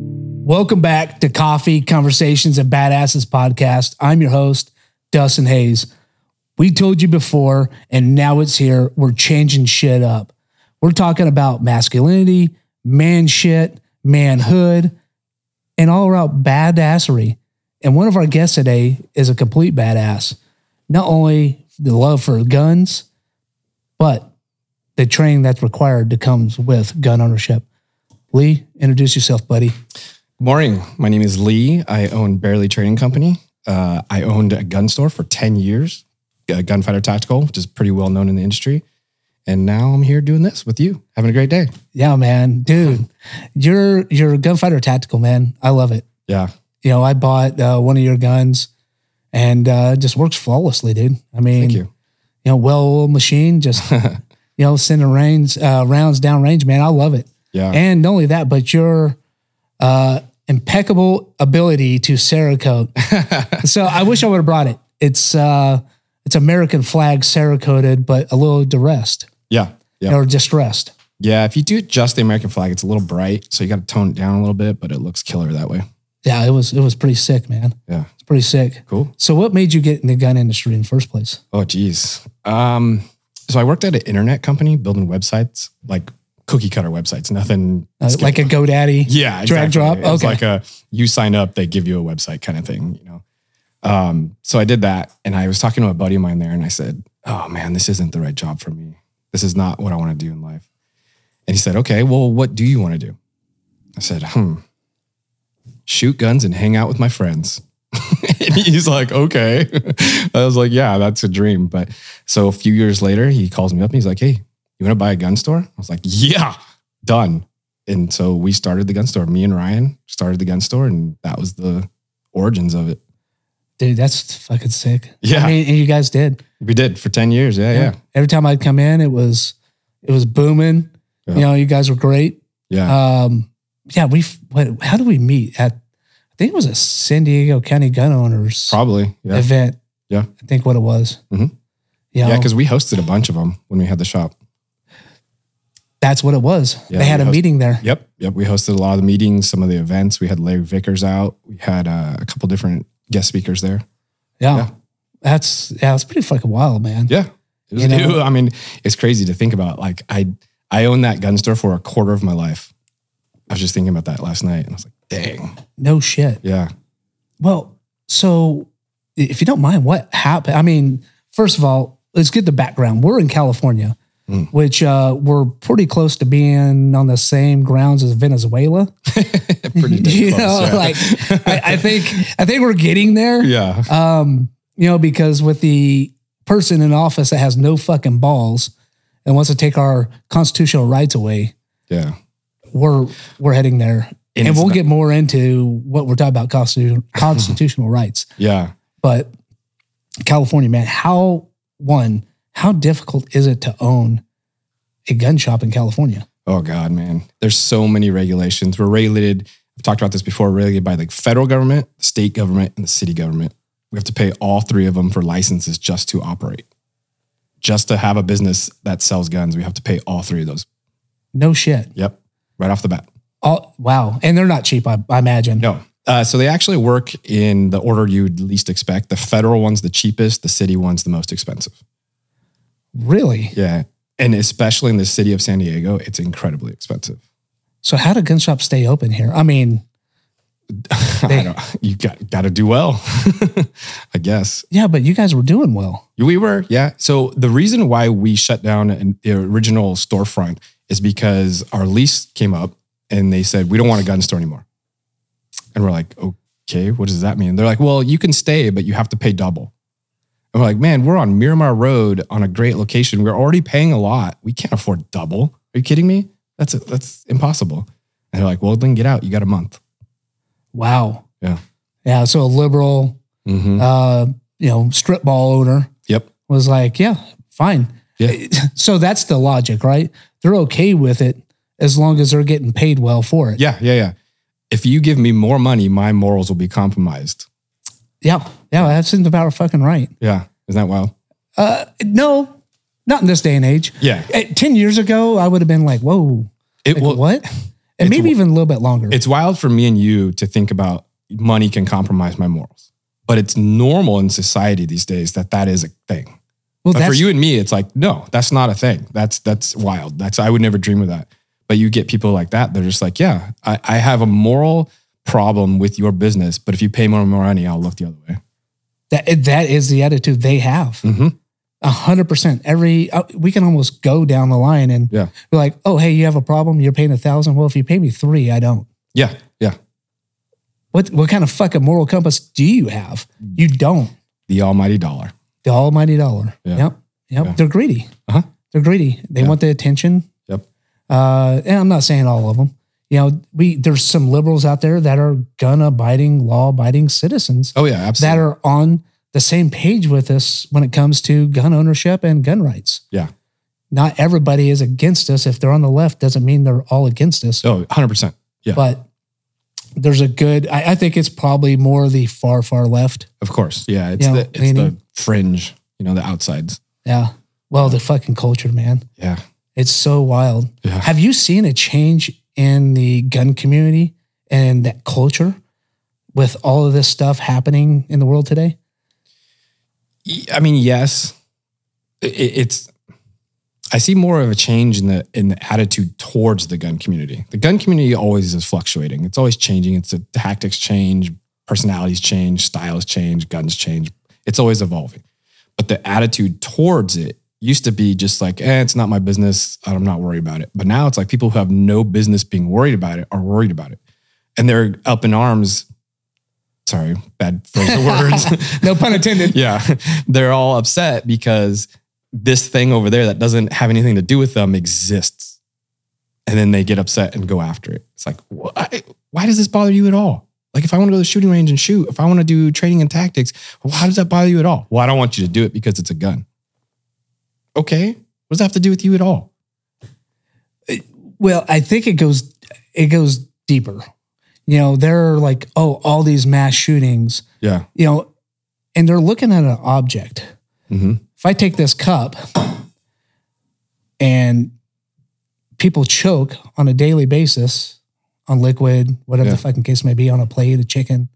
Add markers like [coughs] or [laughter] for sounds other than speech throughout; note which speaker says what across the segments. Speaker 1: Welcome back to Coffee Conversations and Badasses podcast. I'm your host, Dustin Hayes. We told you before, and now it's here. We're changing shit up. We're talking about masculinity, man shit, manhood, and all around badassery. And one of our guests today is a complete badass. Not only the love for guns, but the training that's required that comes with gun ownership. Lee, introduce yourself, buddy.
Speaker 2: Morning. My name is Lee. I own Barely Trading Company. Uh, I owned a gun store for 10 years, uh, Gunfighter Tactical, which is pretty well known in the industry. And now I'm here doing this with you. Having a great day.
Speaker 1: Yeah, man, dude, you're you're a gunfighter tactical man. I love it.
Speaker 2: Yeah.
Speaker 1: You know, I bought uh, one of your guns, and uh, it just works flawlessly, dude. I mean,
Speaker 2: Thank you.
Speaker 1: know, well-oiled machine,
Speaker 2: [laughs]
Speaker 1: just you know, sending range uh, rounds down range, man. I love it.
Speaker 2: Yeah.
Speaker 1: And not only that, but your uh, impeccable ability to
Speaker 2: [laughs]
Speaker 1: Cerakote. so I wish I would have brought it. It's uh, it's American flag Cerakoted, but a little duressed
Speaker 2: yeah. Yeah.
Speaker 1: or distressed.
Speaker 2: Yeah. If you do just the American flag, it's a little bright. So you got to tone it down a little bit, but it looks killer that way.
Speaker 1: Yeah, it was it was pretty sick, man.
Speaker 2: Yeah.
Speaker 1: It's pretty sick.
Speaker 2: Cool.
Speaker 1: So, what made you get in the gun industry in the first place? Uh,
Speaker 2: Oh, geez. Um, so I worked at an internet company building websites, like cookie cutter websites, nothing
Speaker 1: Uh,
Speaker 2: scary.
Speaker 1: like a GoDaddy?
Speaker 2: Yeah,
Speaker 1: Drag
Speaker 2: exactly.
Speaker 1: drop?
Speaker 2: It was
Speaker 1: Okay.
Speaker 2: like a you sign up, they give you a website kind of thing, you know. Um, so I did that, and I was talking to a buddy of mine there, and I said, "Oh man, this isn't the right job for me. This is not what I want to do in life." And he said, "Okay, well, what do you want to do?" I said, "Hmm, shoot guns and hang out with my friends." [laughs] and he's like, "Okay." [laughs] I was like, "Yeah, that's a dream." But so a few years later, he calls me up and he's like, "Hey, you want to buy a gun store?" I was like, "Yeah, done." and so we started the gun store. Me and Ryan started the gun store, and that was the origins of it.
Speaker 1: Dude, that's fucking sick.
Speaker 2: Yeah.
Speaker 1: I mean, and you guys did.
Speaker 2: We did for ten years. Yeah, yeah,
Speaker 1: Every time I'd come in, it was it was booming.
Speaker 2: Yeah.
Speaker 1: You know, you guys were great.
Speaker 2: yeah.
Speaker 1: Um, yeah, we. What? How did we meet? At I think it was a San Diego County Gun Owners
Speaker 2: Probably. Yeah,
Speaker 1: event.
Speaker 2: Yeah.
Speaker 1: I think what it was.
Speaker 2: Mhm.
Speaker 1: You know,
Speaker 2: yeah, because we hosted a bunch of them when we had the shop.
Speaker 1: that's what it was.
Speaker 2: Yeah,
Speaker 1: they had
Speaker 2: we
Speaker 1: a
Speaker 2: host-
Speaker 1: meeting there.
Speaker 2: Yep, yep. We hosted a lot of the meetings, some of the events. We had Larry Vickers out. We had uh, a couple different guest speakers there.
Speaker 1: Yeah.
Speaker 2: Yeah.
Speaker 1: That's yeah, it's pretty fucking wild, man.
Speaker 2: Yeah. It was
Speaker 1: You know?
Speaker 2: new. I mean, it's crazy to think about. Like I I owned that gun store for a quarter of my life. I was just thinking about that last night and I was like, dang.
Speaker 1: No shit.
Speaker 2: Yeah.
Speaker 1: Well, so if you don't mind, what happened? I mean, first of all, let's get the background. We're in California,
Speaker 2: Mm.
Speaker 1: which uh, we're pretty close to being on the same grounds as Venezuela.
Speaker 2: Pretty damn
Speaker 1: [laughs] you
Speaker 2: close,
Speaker 1: know,
Speaker 2: yeah.
Speaker 1: like I, I think I think we're getting there.
Speaker 2: [laughs] Yeah.
Speaker 1: Um, you know, because with the person in office that has no fucking balls and wants to take our constitutional rights away,
Speaker 2: Yeah.
Speaker 1: we're we're heading there.
Speaker 2: And
Speaker 1: And
Speaker 2: it's
Speaker 1: we'll
Speaker 2: not-
Speaker 1: get more into what we're talking about
Speaker 2: [laughs]
Speaker 1: constitutional, constitutional rights.
Speaker 2: Yeah.
Speaker 1: But California, man, how one, how difficult is it to own a gun shop in California?
Speaker 2: Oh God, man. There's so many regulations. We're regulated. I've talked about this before, regulated by the federal government, state government, and the city government. We have to pay all three of them for licenses just to operate. Just to have a business that sells guns, we have to pay all three of those.
Speaker 1: No shit.
Speaker 2: Yep. Right off the bat.
Speaker 1: All, wow. And they're not cheap, I, I imagine.
Speaker 2: No. Uh, so they actually work in the order you'd least expect. The federal one's the cheapest, the city one's the most expensive.
Speaker 1: Really?
Speaker 2: Yeah. And especially in the city of San Diego, it's incredibly expensive.
Speaker 1: So how do gun shops stay open here? I mean,
Speaker 2: [laughs] I don't, you got got to do well, [laughs] I guess.
Speaker 1: yeah, but you guys were doing well.
Speaker 2: We were, yeah. So the reason why we shut down an, the original storefront is because our lease came up and they said, we don't want a gun store anymore. And we're like, okay, what does that mean? They're like, well, you can stay, but you have to pay double. And we're like, man, we're on Miramar Road on a great location. We're already paying a lot. We can't afford double. Are you kidding me? That's that's impossible. And they're like, well, then get out. You got a month.
Speaker 1: Wow.
Speaker 2: Yeah.
Speaker 1: Yeah. So a liberal,
Speaker 2: Mm-hmm.
Speaker 1: uh, you know, strip ball owner
Speaker 2: Yep.
Speaker 1: was like, yeah, fine.
Speaker 2: Yeah.
Speaker 1: [laughs] So that's the logic, right? They're okay with it as long as they're getting paid well for it.
Speaker 2: Yeah, yeah, yeah. If you give me more money, my morals will be compromised.
Speaker 1: Yeah. Yeah. That seems about fucking right.
Speaker 2: Yeah. Isn't that wild?
Speaker 1: Uh, no, not in this day and age. Uh,
Speaker 2: Yeah.
Speaker 1: Eh, Ten years ago, I would have been like, "Whoa,
Speaker 2: It
Speaker 1: like,
Speaker 2: will
Speaker 1: what?" and maybe even a little bit longer.
Speaker 2: It's wild for me and you to think about money can compromise my morals, but it's normal in society these days that that is a thing.
Speaker 1: well,
Speaker 2: But uh, for
Speaker 1: that's
Speaker 2: you and me, it's like no, that's not a thing. That's that's wild. That's I would never dream of that. But you get people like that. They're just like, yeah, I, I have a moral problem with your business, but if you pay more money, I'll look the other way.
Speaker 1: that. That is the attitude they have.
Speaker 2: Mhm.
Speaker 1: A hundred percent. Every uh, we can almost go down the line and
Speaker 2: Yeah.
Speaker 1: be like, "Oh, hey, you have a problem. You're paying a thousand. Well, if you pay me three, I don't."
Speaker 2: Yeah, yeah.
Speaker 1: What what kind of fucking moral compass do you have? You don't.
Speaker 2: The almighty dollar.
Speaker 1: The almighty dollar.
Speaker 2: Yeah.
Speaker 1: Yep. Yep.
Speaker 2: Yeah.
Speaker 1: They're greedy.
Speaker 2: Uh-huh.
Speaker 1: They're greedy. They
Speaker 2: Yeah.
Speaker 1: want the attention.
Speaker 2: Yep.
Speaker 1: Uh, and I'm not saying all of them. You know, we there's some liberals out there that are gun abiding, law abiding citizens
Speaker 2: Oh yeah, absolutely.
Speaker 1: that are on the same page with us when it comes to gun ownership and gun rights.
Speaker 2: Yeah.
Speaker 1: Not everybody is against us. If they're on the left, doesn't mean they're all against us.
Speaker 2: Oh, 100%. Yeah,
Speaker 1: But there's a good. I, I think it's probably more the far, far left.
Speaker 2: of course. Yeah, it's
Speaker 1: Yeah,
Speaker 2: the it's the
Speaker 1: meaning-
Speaker 2: fringe, you know, the outsides.
Speaker 1: Yeah. Well, the fucking culture, man.
Speaker 2: Yeah.
Speaker 1: It's so wild.
Speaker 2: Yeah.
Speaker 1: Have you seen a change in the gun community and that culture with all of this stuff happening in the world today?
Speaker 2: Y- I mean, yes. I- i- it's I see more of a change in the in the attitude towards the gun community. The gun community always is fluctuating. It's always changing. It's the tactics change, personalities change, styles change, guns change. It's always evolving. But the attitude towards it used to be just like, eh, it's not my business. I'm not worried about it. But now it's like people who have no business being worried about it are worried about it. And they're up in arms. Sorry, bad phrase of words.
Speaker 1: No pun intended.
Speaker 2: yeah, [laughs] they're all upset because this thing over there that doesn't have anything to do with them exists. And then they get upset and go after it. It's like, wh- I- why does this bother you at all? Like, if I want to go to the shooting range and shoot, if I want to do training and tactics, well, how does that bother you at all? Well, I don't want you to do it because it's a gun. Okay. What does that have to do with you at all?
Speaker 1: Well, I think it goes it goes deeper. You know, they're like, oh, all these mass shootings,
Speaker 2: Yeah.
Speaker 1: you know, and they're looking at an object.
Speaker 2: hmm
Speaker 1: If I take this cup and people choke on a daily basis on liquid, whatever
Speaker 2: Yeah.
Speaker 1: the fucking case may be, on a plate, a chicken,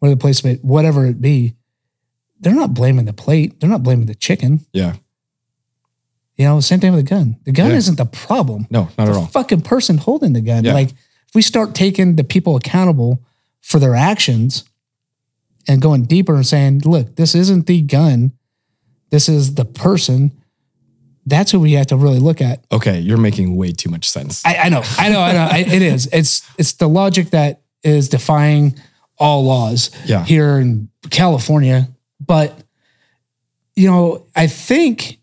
Speaker 1: whatever the place may, whatever it be, they're not blaming the plate. They're not blaming the chicken.
Speaker 2: Yeah.
Speaker 1: You know, same thing with the gun. The gun
Speaker 2: Yeah.
Speaker 1: isn't the problem
Speaker 2: No, not at
Speaker 1: the
Speaker 2: all.
Speaker 1: fucking person holding the gun.
Speaker 2: Yeah.
Speaker 1: Like if we start taking the people accountable for their actions and going deeper and saying, look, this isn't the gun, this is the person. That's who we have to really look at.
Speaker 2: Okay. You're making way too much sense.
Speaker 1: I, I know, I know, I know. I, it is. It's it's the logic that is defying all laws
Speaker 2: Yeah.
Speaker 1: here in California. But you know, I think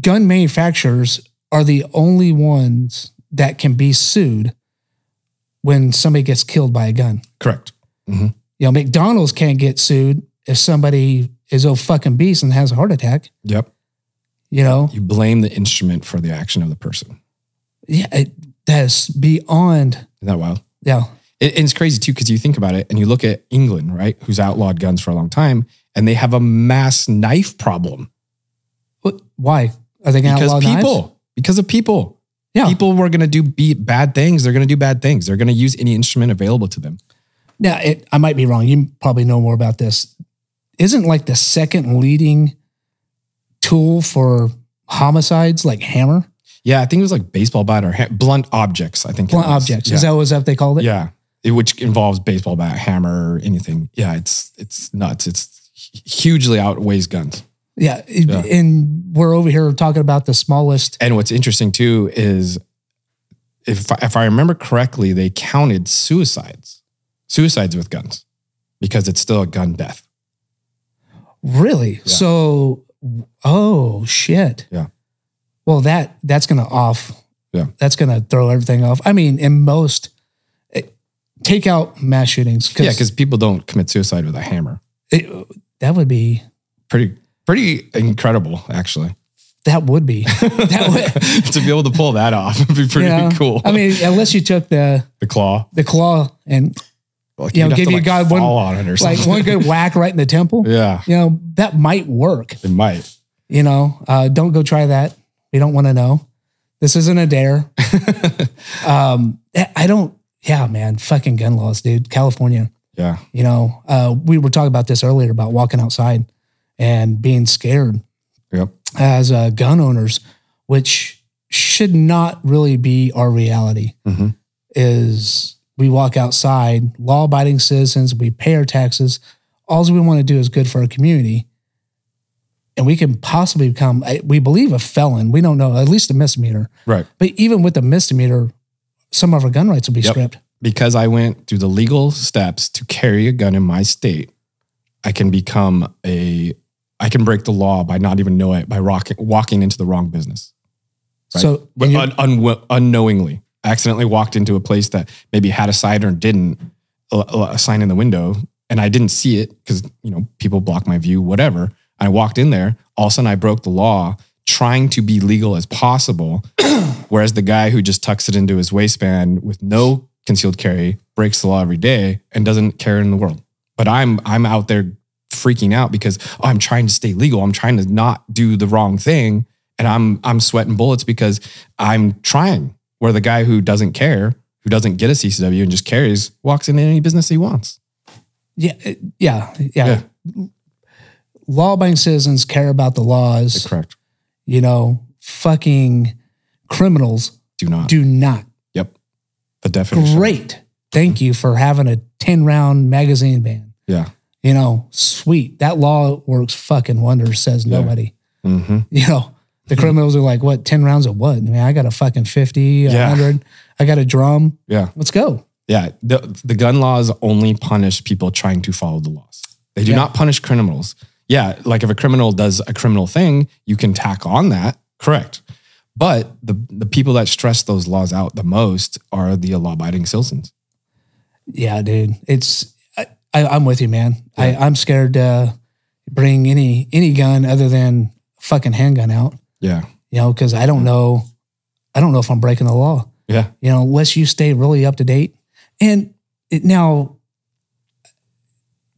Speaker 1: gun manufacturers are the only ones that can be sued when somebody gets killed by a gun.
Speaker 2: Correct. Mm-hmm.
Speaker 1: You know, McDonald's can't get sued if somebody is a fucking beast and has a heart attack.
Speaker 2: Yep.
Speaker 1: You know,
Speaker 2: You blame the instrument for the action of the person.
Speaker 1: yeah, it, that's beyond.
Speaker 2: Isn't that wild?
Speaker 1: Yeah,
Speaker 2: It, and it's crazy too, because you think about it and you look at England, right? Who's outlawed guns for a long time and they have a mass knife problem
Speaker 1: What? Why are they going to
Speaker 2: because
Speaker 1: outlaw
Speaker 2: people,
Speaker 1: knives?
Speaker 2: because of people.
Speaker 1: Yeah.
Speaker 2: People were going to do be, bad things. They're going to do bad things. They're going to use any instrument available to them.
Speaker 1: Now, it, I might be wrong. You probably know more about this. Isn't like the second leading tool for homicides like hammer,
Speaker 2: Yeah. I think it was like baseball bat or ha- blunt objects. I think it
Speaker 1: blunt
Speaker 2: was.
Speaker 1: objects?
Speaker 2: Yeah.
Speaker 1: Is that what was up they called it?
Speaker 2: yeah. It- which involves baseball bat, hammer, anything. Yeah. It's, it's nuts. It's hu- hugely outweighs guns.
Speaker 1: Yeah.
Speaker 2: Yeah.
Speaker 1: And we're over here talking about the smallest.
Speaker 2: And what's interesting too is if I- if I remember correctly, they counted suicides, suicides with guns, because it's still a gun death.
Speaker 1: Really? So, oh shit.
Speaker 2: Yeah.
Speaker 1: Well, that that's going to off.
Speaker 2: Yeah.
Speaker 1: That's going to throw everything off. I mean, in most, it, take out mass shootings.
Speaker 2: yeah, because people don't commit suicide with a hammer.
Speaker 1: it- that would be
Speaker 2: Pretty pretty incredible, actually.
Speaker 1: that would be [laughs] that would
Speaker 2: [laughs]
Speaker 1: Um,
Speaker 2: to be able to pull that off would be pretty
Speaker 1: you know,
Speaker 2: cool.
Speaker 1: I mean, unless you took the
Speaker 2: the claw,
Speaker 1: the claw and
Speaker 2: like,
Speaker 1: You know,
Speaker 2: you'd have
Speaker 1: give
Speaker 2: to,
Speaker 1: you
Speaker 2: like,
Speaker 1: God one-
Speaker 2: fall on it or
Speaker 1: like
Speaker 2: something.
Speaker 1: one good whack right in the temple,
Speaker 2: [laughs] yeah,
Speaker 1: you know, that might work.
Speaker 2: it might.
Speaker 1: You know, uh, don't go try that. We don't want to know. This isn't a
Speaker 2: [laughs]
Speaker 1: dare. um, I don't. Yeah, man. Fucking gun laws, dude. California.
Speaker 2: Yeah.
Speaker 1: You know, uh, we were talking about this earlier about walking outside and being scared
Speaker 2: Yep.
Speaker 1: as uh, gun owners, which should not really be our reality.
Speaker 2: Mhm.
Speaker 1: Is we walk outside, law abiding citizens, we pay our taxes. All we want to do is good for our community. And we can possibly become, I- we believe, a felon. We don't know, at least a misdemeanor.
Speaker 2: Right.
Speaker 1: But even with a misdemeanor, some of our gun rights will be
Speaker 2: Yep.
Speaker 1: stripped.
Speaker 2: Because I went through the legal steps to carry a gun in my state, I can become a, I can break the law by not even know it by rocking, walking into the wrong business,
Speaker 1: So,
Speaker 2: but
Speaker 1: and you-
Speaker 2: un, un, unknowingly. I accidentally walked into a place that maybe had a sign or didn't, a, a- a sign in the window, and I didn't see it because, you know, people block my view, whatever. I walked in there. All of a sudden, I broke the law trying to be legal as possible. [clears throat] Whereas the guy who just tucks it into his waistband with no concealed carry breaks the law every day and doesn't care in the world. But I'm I'm out there freaking out because oh, I'm trying to stay legal. I'm trying to not do the wrong thing, and I'm I'm sweating bullets because I'm trying. Where the guy who doesn't care, who doesn't get a CCW and just carries, walks into any business he wants.
Speaker 1: yeah, it- yeah, yeah. Law abiding citizens care about the laws.
Speaker 2: Correct.
Speaker 1: you know, fucking criminals
Speaker 2: Do not.
Speaker 1: do not.
Speaker 2: yep. The definition.
Speaker 1: Great. Thank you for having a 10 round magazine ban.
Speaker 2: Yeah.
Speaker 1: You know, sweet. That law works fucking wonders, says
Speaker 2: Yeah.
Speaker 1: nobody. [laughs]
Speaker 2: Mm-hmm.
Speaker 1: You know, the criminals are like, what, 10 rounds of what? I mean, I got a fucking 50, a
Speaker 2: Yeah.
Speaker 1: 100. I got a drum.
Speaker 2: Yeah.
Speaker 1: Let's go.
Speaker 2: Yeah, the, the gun laws only punish people trying to follow the laws. They do
Speaker 1: Yeah.
Speaker 2: not punish criminals. Yeah, like if a criminal does a criminal thing, you can tack on that. Correct. But the, the people that stress those laws out the most are the law abiding citizens.
Speaker 1: Yeah, dude. It's, I, I, I'm with you, man. I, I'm scared to bring any, any gun other than fucking handgun out,
Speaker 2: Yeah.
Speaker 1: you know, cause I don't know, I don't know if I'm breaking the law.
Speaker 2: Yeah.
Speaker 1: you know, unless you stay really up to date. And it, now,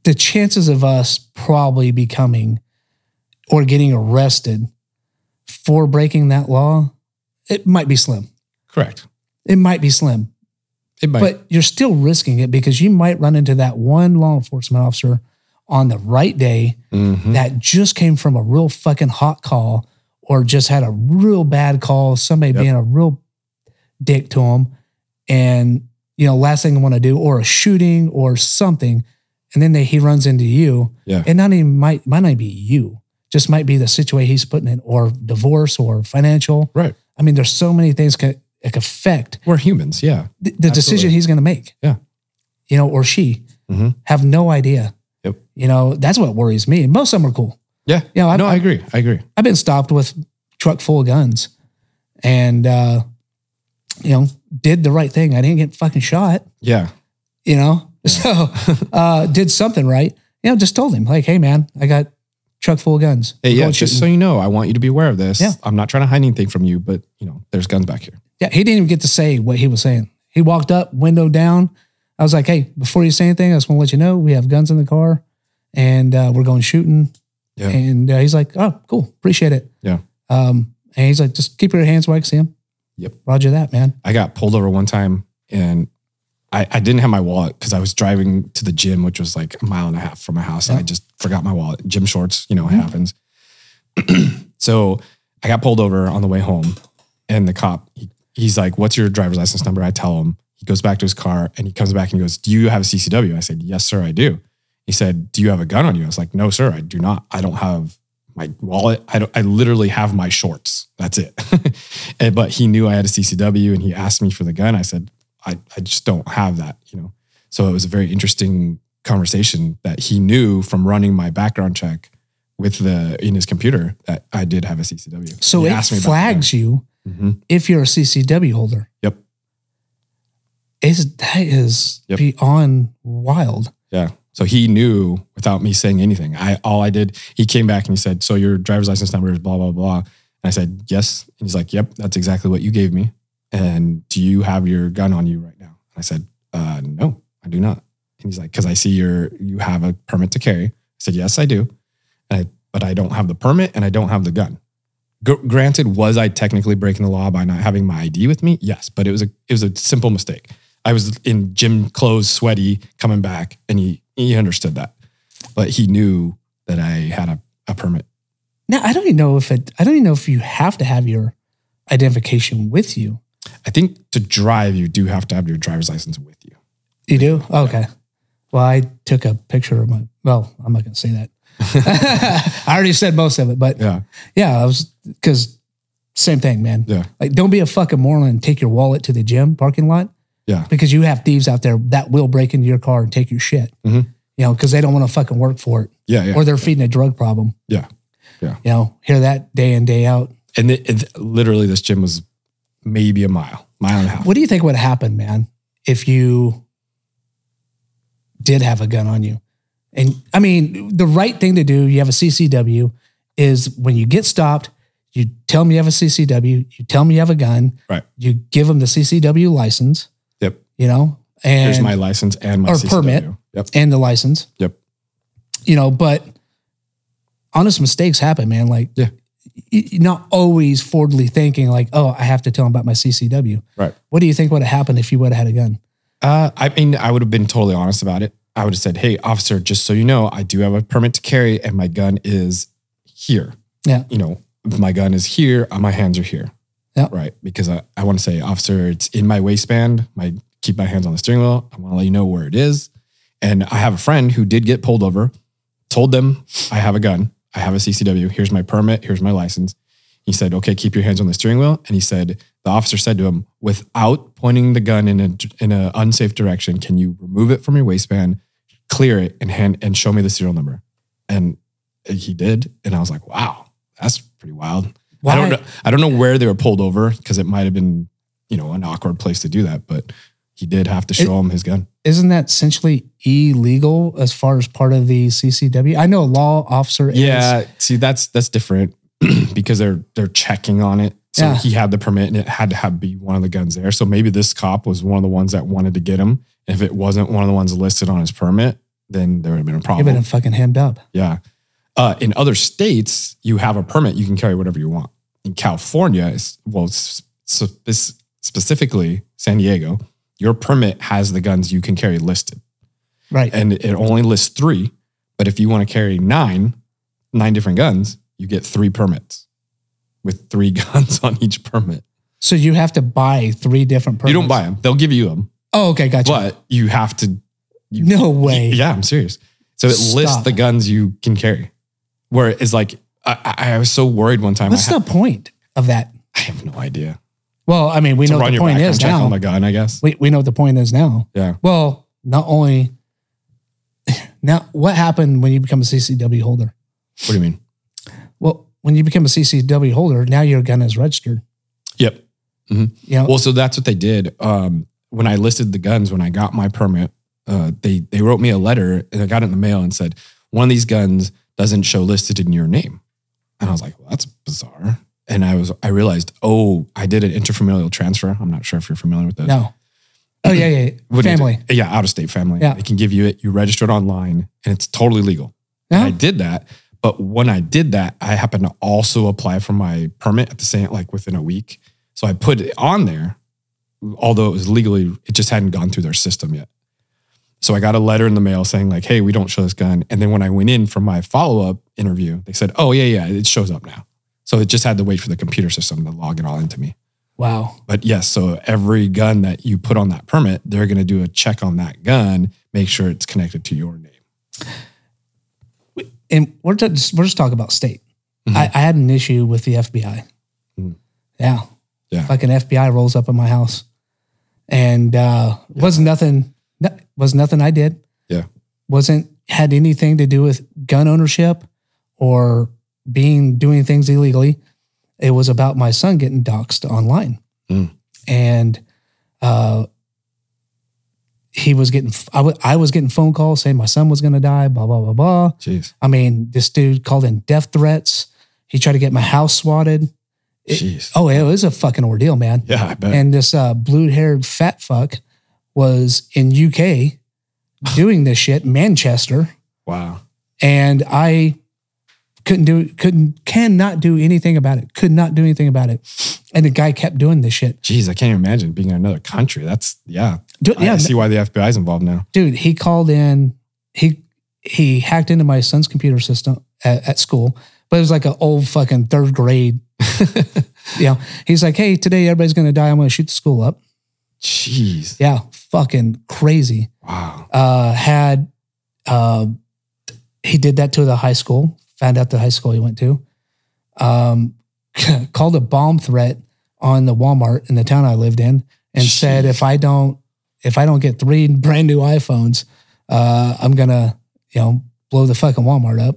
Speaker 1: the chances of us probably becoming or getting arrested for breaking that law, it might be slim.
Speaker 2: Correct.
Speaker 1: It might be slim,
Speaker 2: It might.
Speaker 1: but you're still risking it because you might run into that one law enforcement officer on the right day
Speaker 2: Mhm.
Speaker 1: that just came from a real fucking hot call or just had a real bad call, somebody
Speaker 2: Yep.
Speaker 1: being a real dick to them. And, you know, last thing I want to do, or a shooting or something. And then they, he runs into you.
Speaker 2: Yeah.
Speaker 1: And not even might, might not be you, just might be the situation he's putting in, or divorce or financial.
Speaker 2: Right.
Speaker 1: I mean, there's so many things that could affect
Speaker 2: We're humans. Yeah.
Speaker 1: the, the decision
Speaker 2: Absolutely.
Speaker 1: he's going to make.
Speaker 2: Yeah.
Speaker 1: You know, or she
Speaker 2: Mhm.
Speaker 1: have no idea.
Speaker 2: Yep.
Speaker 1: You know, that's what worries me. Most of them are cool.
Speaker 2: Yeah.
Speaker 1: Yeah, I-
Speaker 2: no, I agree. I agree.
Speaker 1: I've been stopped with truck full of guns and, uh, you know, did the right thing. I didn't get fucking shot,
Speaker 2: Yeah.
Speaker 1: you know? So, uh, did something right. You know, just told him, like, hey, man, I got truck full of guns.
Speaker 2: Hey,
Speaker 1: We're
Speaker 2: yeah.
Speaker 1: going
Speaker 2: Just so
Speaker 1: shooting.
Speaker 2: you know, I want you to be aware of this.
Speaker 1: Yeah.
Speaker 2: I'm not trying to hide anything from you, but you know, there's guns back here.
Speaker 1: yeah, he didn't even get to say what he was saying. He walked up, window down. I was like, hey, before you say anything, I just want to let you know we have guns in the car and uh, we're going shooting.
Speaker 2: Yeah.
Speaker 1: And uh, he's like, oh, cool. Appreciate it.
Speaker 2: Yeah.
Speaker 1: Um, and he's like, just keep your hands where I can see them.
Speaker 2: Yep.
Speaker 1: Roger that, man.
Speaker 2: I got pulled over one time and I, I didn't have my wallet because I was driving to the gym, which was like a mile and a half from my house. And I
Speaker 1: Yeah.
Speaker 2: just forgot my wallet. Gym shorts, you know, it happens. [clears throat] so I got pulled over on the way home and the cop, he, he's like, What's your driver's license number? I tell him. He goes back to his car and he comes back and he goes, Do you have a CCW? I said, Yes, sir, I do. He said, Do you have a gun on you? I was like, No, sir, I do not. I don't have my wallet. I don't, I literally have my shorts. That's it. [laughs] and, but he knew I had a CCW and he asked me for the gun. I said, I, I just don't have that, you know? So it was a very interesting conversation that he knew from running my background check with the, in his computer that I did have a CCW.
Speaker 1: So
Speaker 2: He
Speaker 1: it
Speaker 2: asked me about the gun.
Speaker 1: flags you
Speaker 2: Mhm.
Speaker 1: if you're a CCW holder.
Speaker 2: Yep.
Speaker 1: It's, that is
Speaker 2: Yep.
Speaker 1: beyond wild.
Speaker 2: Yeah. So he knew without me saying anything. I all I did, he came back and he said, So your driver's license number is blah, blah, blah. And I said, Yes. And he's like, Yep, that's exactly what you gave me. And do you have your gun on you right now? And I said, uh, no, I do not. And he's like, Cause I see your you have a permit to carry. I said, Yes, I do. And I, but I don't have the permit and I don't have the gun. Gr- granted, was I technically breaking the law by not having my ID with me? Yes, but it was a it was a simple mistake. I was in gym clothes, sweaty, coming back, and he he understood that, but he knew that I had a, a permit.
Speaker 1: Now I don't even know if it. I don't even know if you have to have your identification with you.
Speaker 2: I think to drive, you do have to have your driver's license with you.
Speaker 1: You do? Okay. Well, I took a picture of my. Well, I'm not going to say that. [laughs] I already said most of it, but
Speaker 2: Yeah,
Speaker 1: yeah, I was because same thing, man.
Speaker 2: yeah,
Speaker 1: Like, don't be a fucking moron and take your wallet to the gym parking lot
Speaker 2: yeah,
Speaker 1: because you have thieves out there that will break into your car and take your shit.
Speaker 2: Mhm.
Speaker 1: You know, because they don't want to fucking work for it,
Speaker 2: yeah, yeah,
Speaker 1: or they're feeding a drug problem.
Speaker 2: yeah.
Speaker 1: You know, hear that day in day out.
Speaker 2: And it, it- literally, this gym was maybe a mile, mile and a half.
Speaker 1: What do you think would happen, man, if you did have a gun on you? And I mean, the right thing to do, you have a CCW, is when you get stopped, you tell me you have a CCW, you tell me you have a gun,
Speaker 2: Right.
Speaker 1: you give them the CCW license,
Speaker 2: Yep.
Speaker 1: you know,
Speaker 2: Here's
Speaker 1: and,
Speaker 2: my license and my
Speaker 1: or
Speaker 2: CCW.
Speaker 1: permit.
Speaker 2: Yep.
Speaker 1: and the license,
Speaker 2: Yep.
Speaker 1: you know, but honest mistakes happen, man. Like,
Speaker 2: Yeah.
Speaker 1: y- you're not always forwardly thinking, like, oh, I have to tell them about my CCW.
Speaker 2: Right.
Speaker 1: What do you think would have happened if you would have had a gun?
Speaker 2: Uh, I mean, I would have been totally honest about it. I would have said, "Hey, officer, just so you know, I do have a permit to carry, and my gun is here.
Speaker 1: Yeah.
Speaker 2: you know, if my gun is here. uh, My hands are here.
Speaker 1: Yeah.
Speaker 2: right. Because I, I want to say, officer, it's in my waistband. My keep my hands on the steering wheel. I want to let you know where it is. And I have a friend who did get pulled over. Told them I have a gun. I have a CCW. Here's my permit. Here's my license. He said, "Okay, keep your hands on the steering wheel." And he said, the officer said to him, without pointing the gun in a in an unsafe direction, "Can you remove it from your waistband, clear it, and hand and show me the serial number?" And he did, and I was like, "Wow, that's pretty wild." I don't know. I don't know where they were pulled over because it might have been, you know, an awkward place to do that. But he did have to show him his gun.
Speaker 1: isn't that essentially illegal as far as part of the CCW? I know a law officer is.
Speaker 2: Yeah. See, that's that's different [clears throat] because they're they're checking on it. So
Speaker 1: Yeah.
Speaker 2: he had the permit and it had to have be one of the guns there. So maybe this cop was one of the ones that wanted to get him. If it wasn't one of the ones listed on his permit, then there would have been a
Speaker 1: You've
Speaker 2: problem.
Speaker 1: been fucking hemmed up.
Speaker 2: yeah. Uh, in other states, you have a permit. You can carry whatever you want. In California, it's, well, it's spe- specifically San Diego, your permit has the guns you can carry listed
Speaker 1: Right.
Speaker 2: and it only lists three. But if you want to carry nine, nine different guns, you get three permits with three [laughs] guns on each permit.
Speaker 1: so you have to buy three different permits.
Speaker 2: You don't buy them; they'll give you them,
Speaker 1: Oh, okay. Gotcha.
Speaker 2: but you have to. You,
Speaker 1: No way.
Speaker 2: Yeah, I'm serious. So it lists
Speaker 1: Stop.
Speaker 2: the guns you can carry. Where it's like, I, I I was so worried one time. I,
Speaker 1: What's
Speaker 2: ha-
Speaker 1: the point of that?
Speaker 2: I have no idea.
Speaker 1: Well, I mean, we know
Speaker 2: to
Speaker 1: what
Speaker 2: run
Speaker 1: the
Speaker 2: your
Speaker 1: point
Speaker 2: background
Speaker 1: is
Speaker 2: check
Speaker 1: now.
Speaker 2: on the gun, I guess.
Speaker 1: we, we know what the point is now.
Speaker 2: Yeah.
Speaker 1: Well, not only. [laughs] Now, what happened when you become a CCW holder?
Speaker 2: What do you mean?
Speaker 1: Well, when you become a CCW holder, now your gun is registered.
Speaker 2: Yep.
Speaker 1: You know,
Speaker 2: Well, so that's what they did. Um, when I listed the guns, when I got my permit, uh, they they wrote me a letter and I got it in the mail and said one of these guns doesn't show listed in your name, and I was like, well, that's bizarre. And I was I realized, oh, I did an interfamilial transfer. I'm not sure if you're familiar with this.
Speaker 1: no. Oh, yeah, yeah. yeah.
Speaker 2: [clears throat] What do you do?
Speaker 1: Family.
Speaker 2: Yeah, out of state family.
Speaker 1: Yeah.
Speaker 2: They can give you it. You register it online, and it's totally legal. And
Speaker 1: Yeah.
Speaker 2: I did that. But when I did that, I happened to also apply for my permit at the same, like within a week. So I put it on there, although it was legally, it just hadn't gone through their system yet. So I got a letter in the mail saying like, "Hey, we don't show this gun." And then when I went in for my follow up interview, they said, "Oh yeah, yeah, it shows up now." So it just had to wait for the computer system to log it all into me.
Speaker 1: Wow.
Speaker 2: But yes, so every gun that you put on that permit, they're going to do a check on that gun, make sure it's connected to your name.
Speaker 1: and we're t- just, we're just talking about state.
Speaker 2: Mm-hmm.
Speaker 1: I, I had an issue with the FBI.
Speaker 2: Mm.
Speaker 1: Yeah,
Speaker 2: Yeah.
Speaker 1: Fucking FBI rolls up in my house, and uh, was nothing. no- Was nothing I did.
Speaker 2: Yeah.
Speaker 1: Wasn't had anything to do with gun ownership or being doing things illegally. It was about my son getting doxxed online,
Speaker 2: Mm.
Speaker 1: and uh, he was getting. I wa- I was getting phone calls saying my son was going to die. Blah blah blah blah.
Speaker 2: Jeez.
Speaker 1: I mean, this dude called in death threats. He tried to get my house swatted. It-
Speaker 2: Jeez.
Speaker 1: Oh, it was a fucking ordeal, man.
Speaker 2: Yeah, I bet.
Speaker 1: And this uh, blue-haired fat fuck was in UK doing this shit, Manchester,
Speaker 2: wow.
Speaker 1: and I Couldn't do couldn't cannot do anything about it. Could not do anything about it. And the guy kept doing this shit.
Speaker 2: Jeez, I can't even imagine being in another country. That's yeah.
Speaker 1: Dude,
Speaker 2: I
Speaker 1: yeah,
Speaker 2: see why the FBI is involved now.
Speaker 1: dude, he called in. He he hacked into my son's computer system at, at school, but it was like an old fucking third grade. you know, he's like, "Hey, today everybody's gonna die. I'm gonna shoot the school up."
Speaker 2: Jeez.
Speaker 1: Yeah, fucking crazy.
Speaker 2: Wow.
Speaker 1: uh, had uh, he did that to the high school. Found out the high school he went to. Um, [laughs] called a bomb threat on the Walmart in the town I lived in, and said
Speaker 2: Jeez.
Speaker 1: if I don't if I don't get three brand new iPhones, uh, I'm gonna you know blow the fucking Walmart up.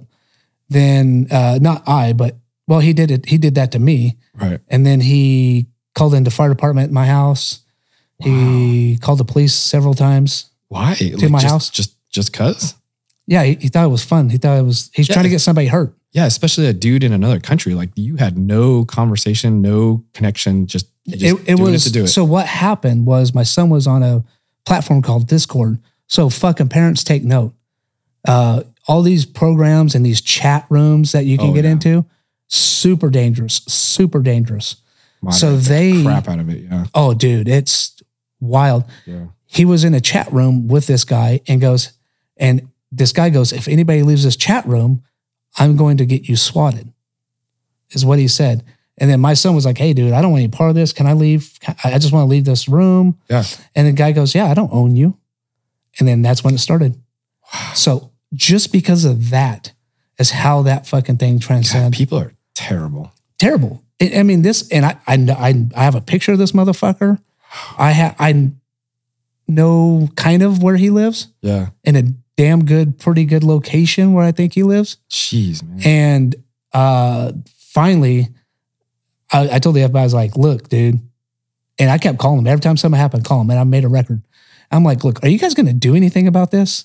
Speaker 1: Then uh, not I, but well, he did it. He did that to me.
Speaker 2: Right.
Speaker 1: And then he called in the fire department at my house. He called the police several times.
Speaker 2: Why? To
Speaker 1: my
Speaker 2: just,
Speaker 1: house?
Speaker 2: Just just cause?
Speaker 1: Yeah, he, he thought it was fun. He thought it was he's
Speaker 2: Yeah.
Speaker 1: trying to get somebody hurt.
Speaker 2: Yeah, especially a dude in another country. Like you had no conversation, no connection. Just, you just
Speaker 1: it it
Speaker 2: doing
Speaker 1: was
Speaker 2: to do it.
Speaker 1: so what happened was my son was on a platform called Discord. So fucking parents take note. Uh, all these programs and these chat rooms that you can
Speaker 2: Oh,
Speaker 1: get
Speaker 2: yeah.
Speaker 1: into, super dangerous, super dangerous.
Speaker 2: Moderate
Speaker 1: so
Speaker 2: the
Speaker 1: they-
Speaker 2: crap out of it. Yeah.
Speaker 1: Oh, dude, it's wild.
Speaker 2: Yeah.
Speaker 1: He was in a chat room with this guy and goes, and this guy goes, if anybody leaves this chat room, I'm going to get you swatted, is what he said. And then my son was like, hey, dude, I don't want any part of this. Can I leave? Can- I I just want to leave this room.
Speaker 2: Yeah.
Speaker 1: And the guy goes, yeah, I don't own you. And then that's when it started. So just because of that is how that fucking thing
Speaker 2: God,
Speaker 1: transcends
Speaker 2: people are terrible.
Speaker 1: terrible. I I mean, this, and I, I, I, I have a picture of this motherfucker. I ha, I know kind of where he lives
Speaker 2: Yeah.
Speaker 1: in a damn good, pretty good location where I think he lives.
Speaker 2: Jeez, man.
Speaker 1: And uh, finally, I, I told the FBI, I was like, look, dude. And I kept calling him every time something happened, call him. And I made a record. I'm like, look, are you guys going to do anything about this?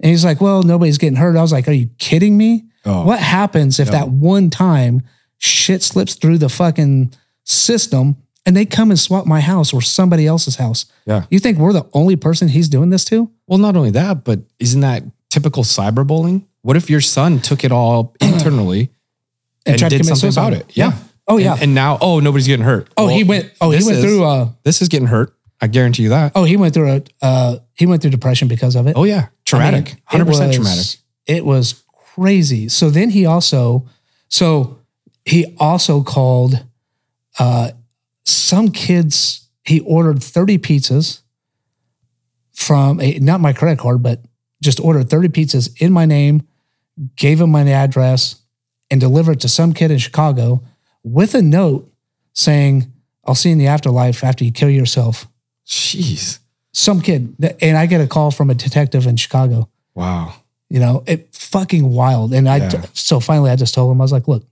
Speaker 1: And he's like, well, nobody's getting hurt. I was like, are you kidding me?
Speaker 2: oh,
Speaker 1: What happens if
Speaker 2: No.
Speaker 1: that one time shit slips through the fucking system and they come and swap my house or somebody else's house?
Speaker 2: Yeah.
Speaker 1: You think we're the only person he's doing this to?
Speaker 2: Well, not only that, but isn't that typical cyberbullying? What if your son took
Speaker 1: [clears throat]
Speaker 2: it all internally and,
Speaker 1: tried to
Speaker 2: did
Speaker 1: commit
Speaker 2: something
Speaker 1: suicide?
Speaker 2: about it? Yeah.
Speaker 1: Oh yeah.
Speaker 2: And, and now, oh, nobody's getting hurt.
Speaker 1: oh,
Speaker 2: Well,
Speaker 1: he went. Oh, he
Speaker 2: this
Speaker 1: went
Speaker 2: is-
Speaker 1: through. Uh,
Speaker 2: This is getting hurt. I guarantee you that.
Speaker 1: oh, he went through a. Uh, he went through depression because of it.
Speaker 2: Oh yeah, traumatic.
Speaker 1: I mean,
Speaker 2: Hundred
Speaker 1: it
Speaker 2: percent
Speaker 1: was-
Speaker 2: traumatic.
Speaker 1: It was crazy. So then he also, so he also called uh, some kids. He ordered thirty pizzas from a, not my credit card, but just ordered thirty pizzas in my name. Gave him my address and delivered it to some kid in Chicago with a note saying, "I'll see you in the afterlife after you kill yourself."
Speaker 2: Jeez.
Speaker 1: Some kid, and I get a call from a detective in Chicago
Speaker 2: Wow.
Speaker 1: you know it fucking wild and i
Speaker 2: Yeah.
Speaker 1: so finally i just told him i was like look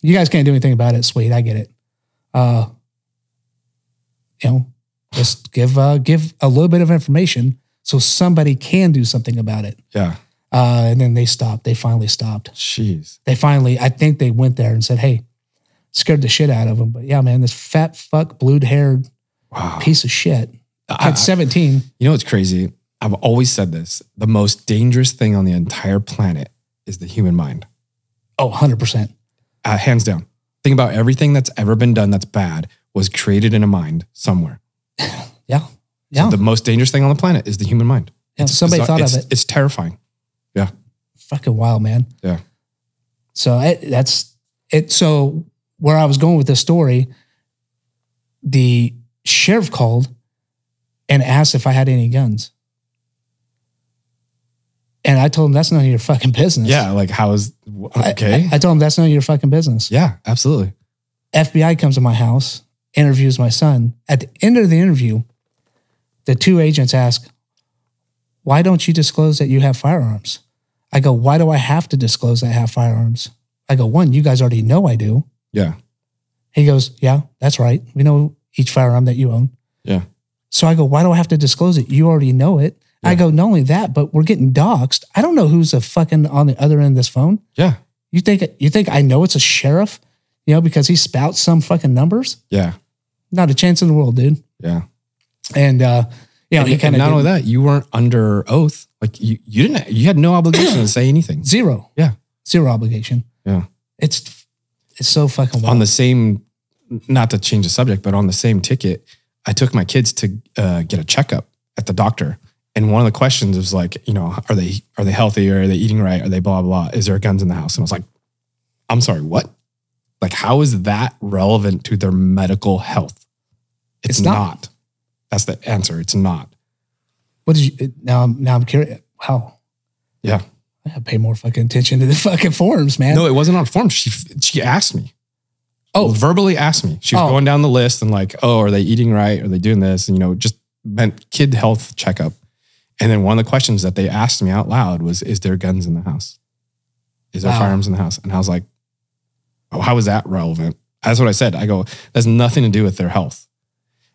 Speaker 1: you guys can't do anything about it sweet i get it uh you know just give uh give a little bit of information so somebody can do something about it
Speaker 2: Yeah.
Speaker 1: uh and then they stopped they finally stopped
Speaker 2: Jeez.
Speaker 1: they finally i think they went there and said hey scared the shit out of him but yeah man this fat fuck blued haired
Speaker 2: Wow.
Speaker 1: piece of shit
Speaker 2: I-
Speaker 1: had 17
Speaker 2: You know what's crazy? I've always said this. The most dangerous thing on the entire planet is the human mind.
Speaker 1: oh 100%
Speaker 2: Uh, hands down. Think about everything that's ever been done that's bad was created in a mind somewhere.
Speaker 1: [laughs] yeah yeah
Speaker 2: The most dangerous thing on the planet is the human mind.
Speaker 1: Yeah, somebody
Speaker 2: It's-
Speaker 1: thought of
Speaker 2: it's-
Speaker 1: it
Speaker 2: It's terrifying.
Speaker 1: fucking wild, man.
Speaker 2: Yeah.
Speaker 1: So I, that's it. So where I was going with this story, the sheriff called and asked if I had any guns. And I told him that's none of your fucking business.
Speaker 2: Yeah. Like, how is, wh-
Speaker 1: I-
Speaker 2: okay.
Speaker 1: I, I told him that's none of your fucking business.
Speaker 2: yeah, absolutely.
Speaker 1: FBI comes to my house, interviews my son. At the end of the interview, the two agents ask, Why don't you disclose that you have firearms? I go, Why do I have to disclose that I have firearms? I go, One, you guys already know I do.
Speaker 2: Yeah.
Speaker 1: He goes, Yeah, that's right. We know each firearm that you own.
Speaker 2: Yeah.
Speaker 1: So I go, Why do I have to disclose it? You already know it. I
Speaker 2: Yeah.
Speaker 1: go, Not only that, but we're getting doxxed. I don't know who's a fucking on the other end of this phone.
Speaker 2: Yeah.
Speaker 1: You think you think I know it's a sheriff, you know, because he spouts some fucking numbers?
Speaker 2: Yeah.
Speaker 1: not a chance in the world, dude.
Speaker 2: Yeah.
Speaker 1: And uh, you know,
Speaker 2: And-
Speaker 1: he
Speaker 2: and
Speaker 1: kind
Speaker 2: not only
Speaker 1: of
Speaker 2: that, you weren't under oath. Like, you, you didn't, you had no obligation to say anything.
Speaker 1: zero.
Speaker 2: Yeah.
Speaker 1: Zero obligation.
Speaker 2: Yeah.
Speaker 1: It's it's so fucking wild.
Speaker 2: on the same not to change the subject but on the same ticket i took my kids to uh, get a checkup at the doctor and one of the questions was like you know are they are they healthy are they eating right are they blah blah is there guns in the house and i was like i'm sorry what like how is that relevant to their medical health it's,
Speaker 1: It's
Speaker 2: not.
Speaker 1: not.
Speaker 2: that's the answer it's not
Speaker 1: what did you now? I'm now I'm curious. Wow.
Speaker 2: Yeah.
Speaker 1: I gotta pay more fucking attention to the [laughs] fucking forums, man.
Speaker 2: no it wasn't on form she she asked me
Speaker 1: Oh.
Speaker 2: verbally asked me she was
Speaker 1: Oh.
Speaker 2: going down the list and like oh are they eating right are they doing this and you know just meant kid health checkup and then one of the questions that they asked me out loud was is there guns in the house is there
Speaker 1: Wow.
Speaker 2: firearms in the house and i was like oh how is that relevant that's what i said i go that's nothing to do with their health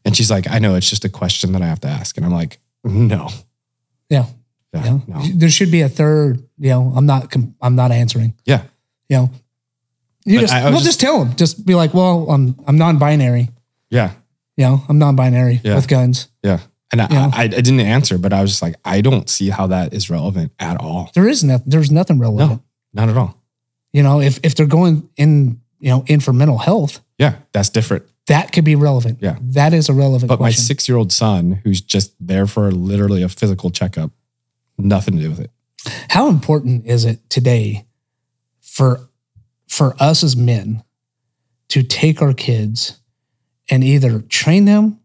Speaker 2: and she's like i know it's just a question that i have to ask and i'm like no
Speaker 1: Yeah.
Speaker 2: yeah,
Speaker 1: You know?
Speaker 2: no
Speaker 1: There should be a third. You know, I'm not. com- I'm not answering.
Speaker 2: yeah
Speaker 1: You know, you
Speaker 2: But
Speaker 1: just
Speaker 2: I- I was
Speaker 1: well,
Speaker 2: just-
Speaker 1: just, tell them. Just be like, well, I'm I'm non-binary.
Speaker 2: yeah
Speaker 1: You know, I'm non-binary
Speaker 2: Yeah.
Speaker 1: with guns.
Speaker 2: Yeah. And I,
Speaker 1: Yeah.
Speaker 2: I, I didn't answer, but I was just like, I don't see how that is relevant at all.
Speaker 1: There is nothing. There's nothing relevant.
Speaker 2: No, not at all.
Speaker 1: You know, if if they're going in, you know, in for mental health,
Speaker 2: Yeah, that's different.
Speaker 1: that could be relevant.
Speaker 2: Yeah.
Speaker 1: that is a relevant
Speaker 2: But my
Speaker 1: question.
Speaker 2: six year old son, who's just there for literally a physical checkup, nothing to do with it.
Speaker 1: How important is it today for for us as men to take our kids and either train them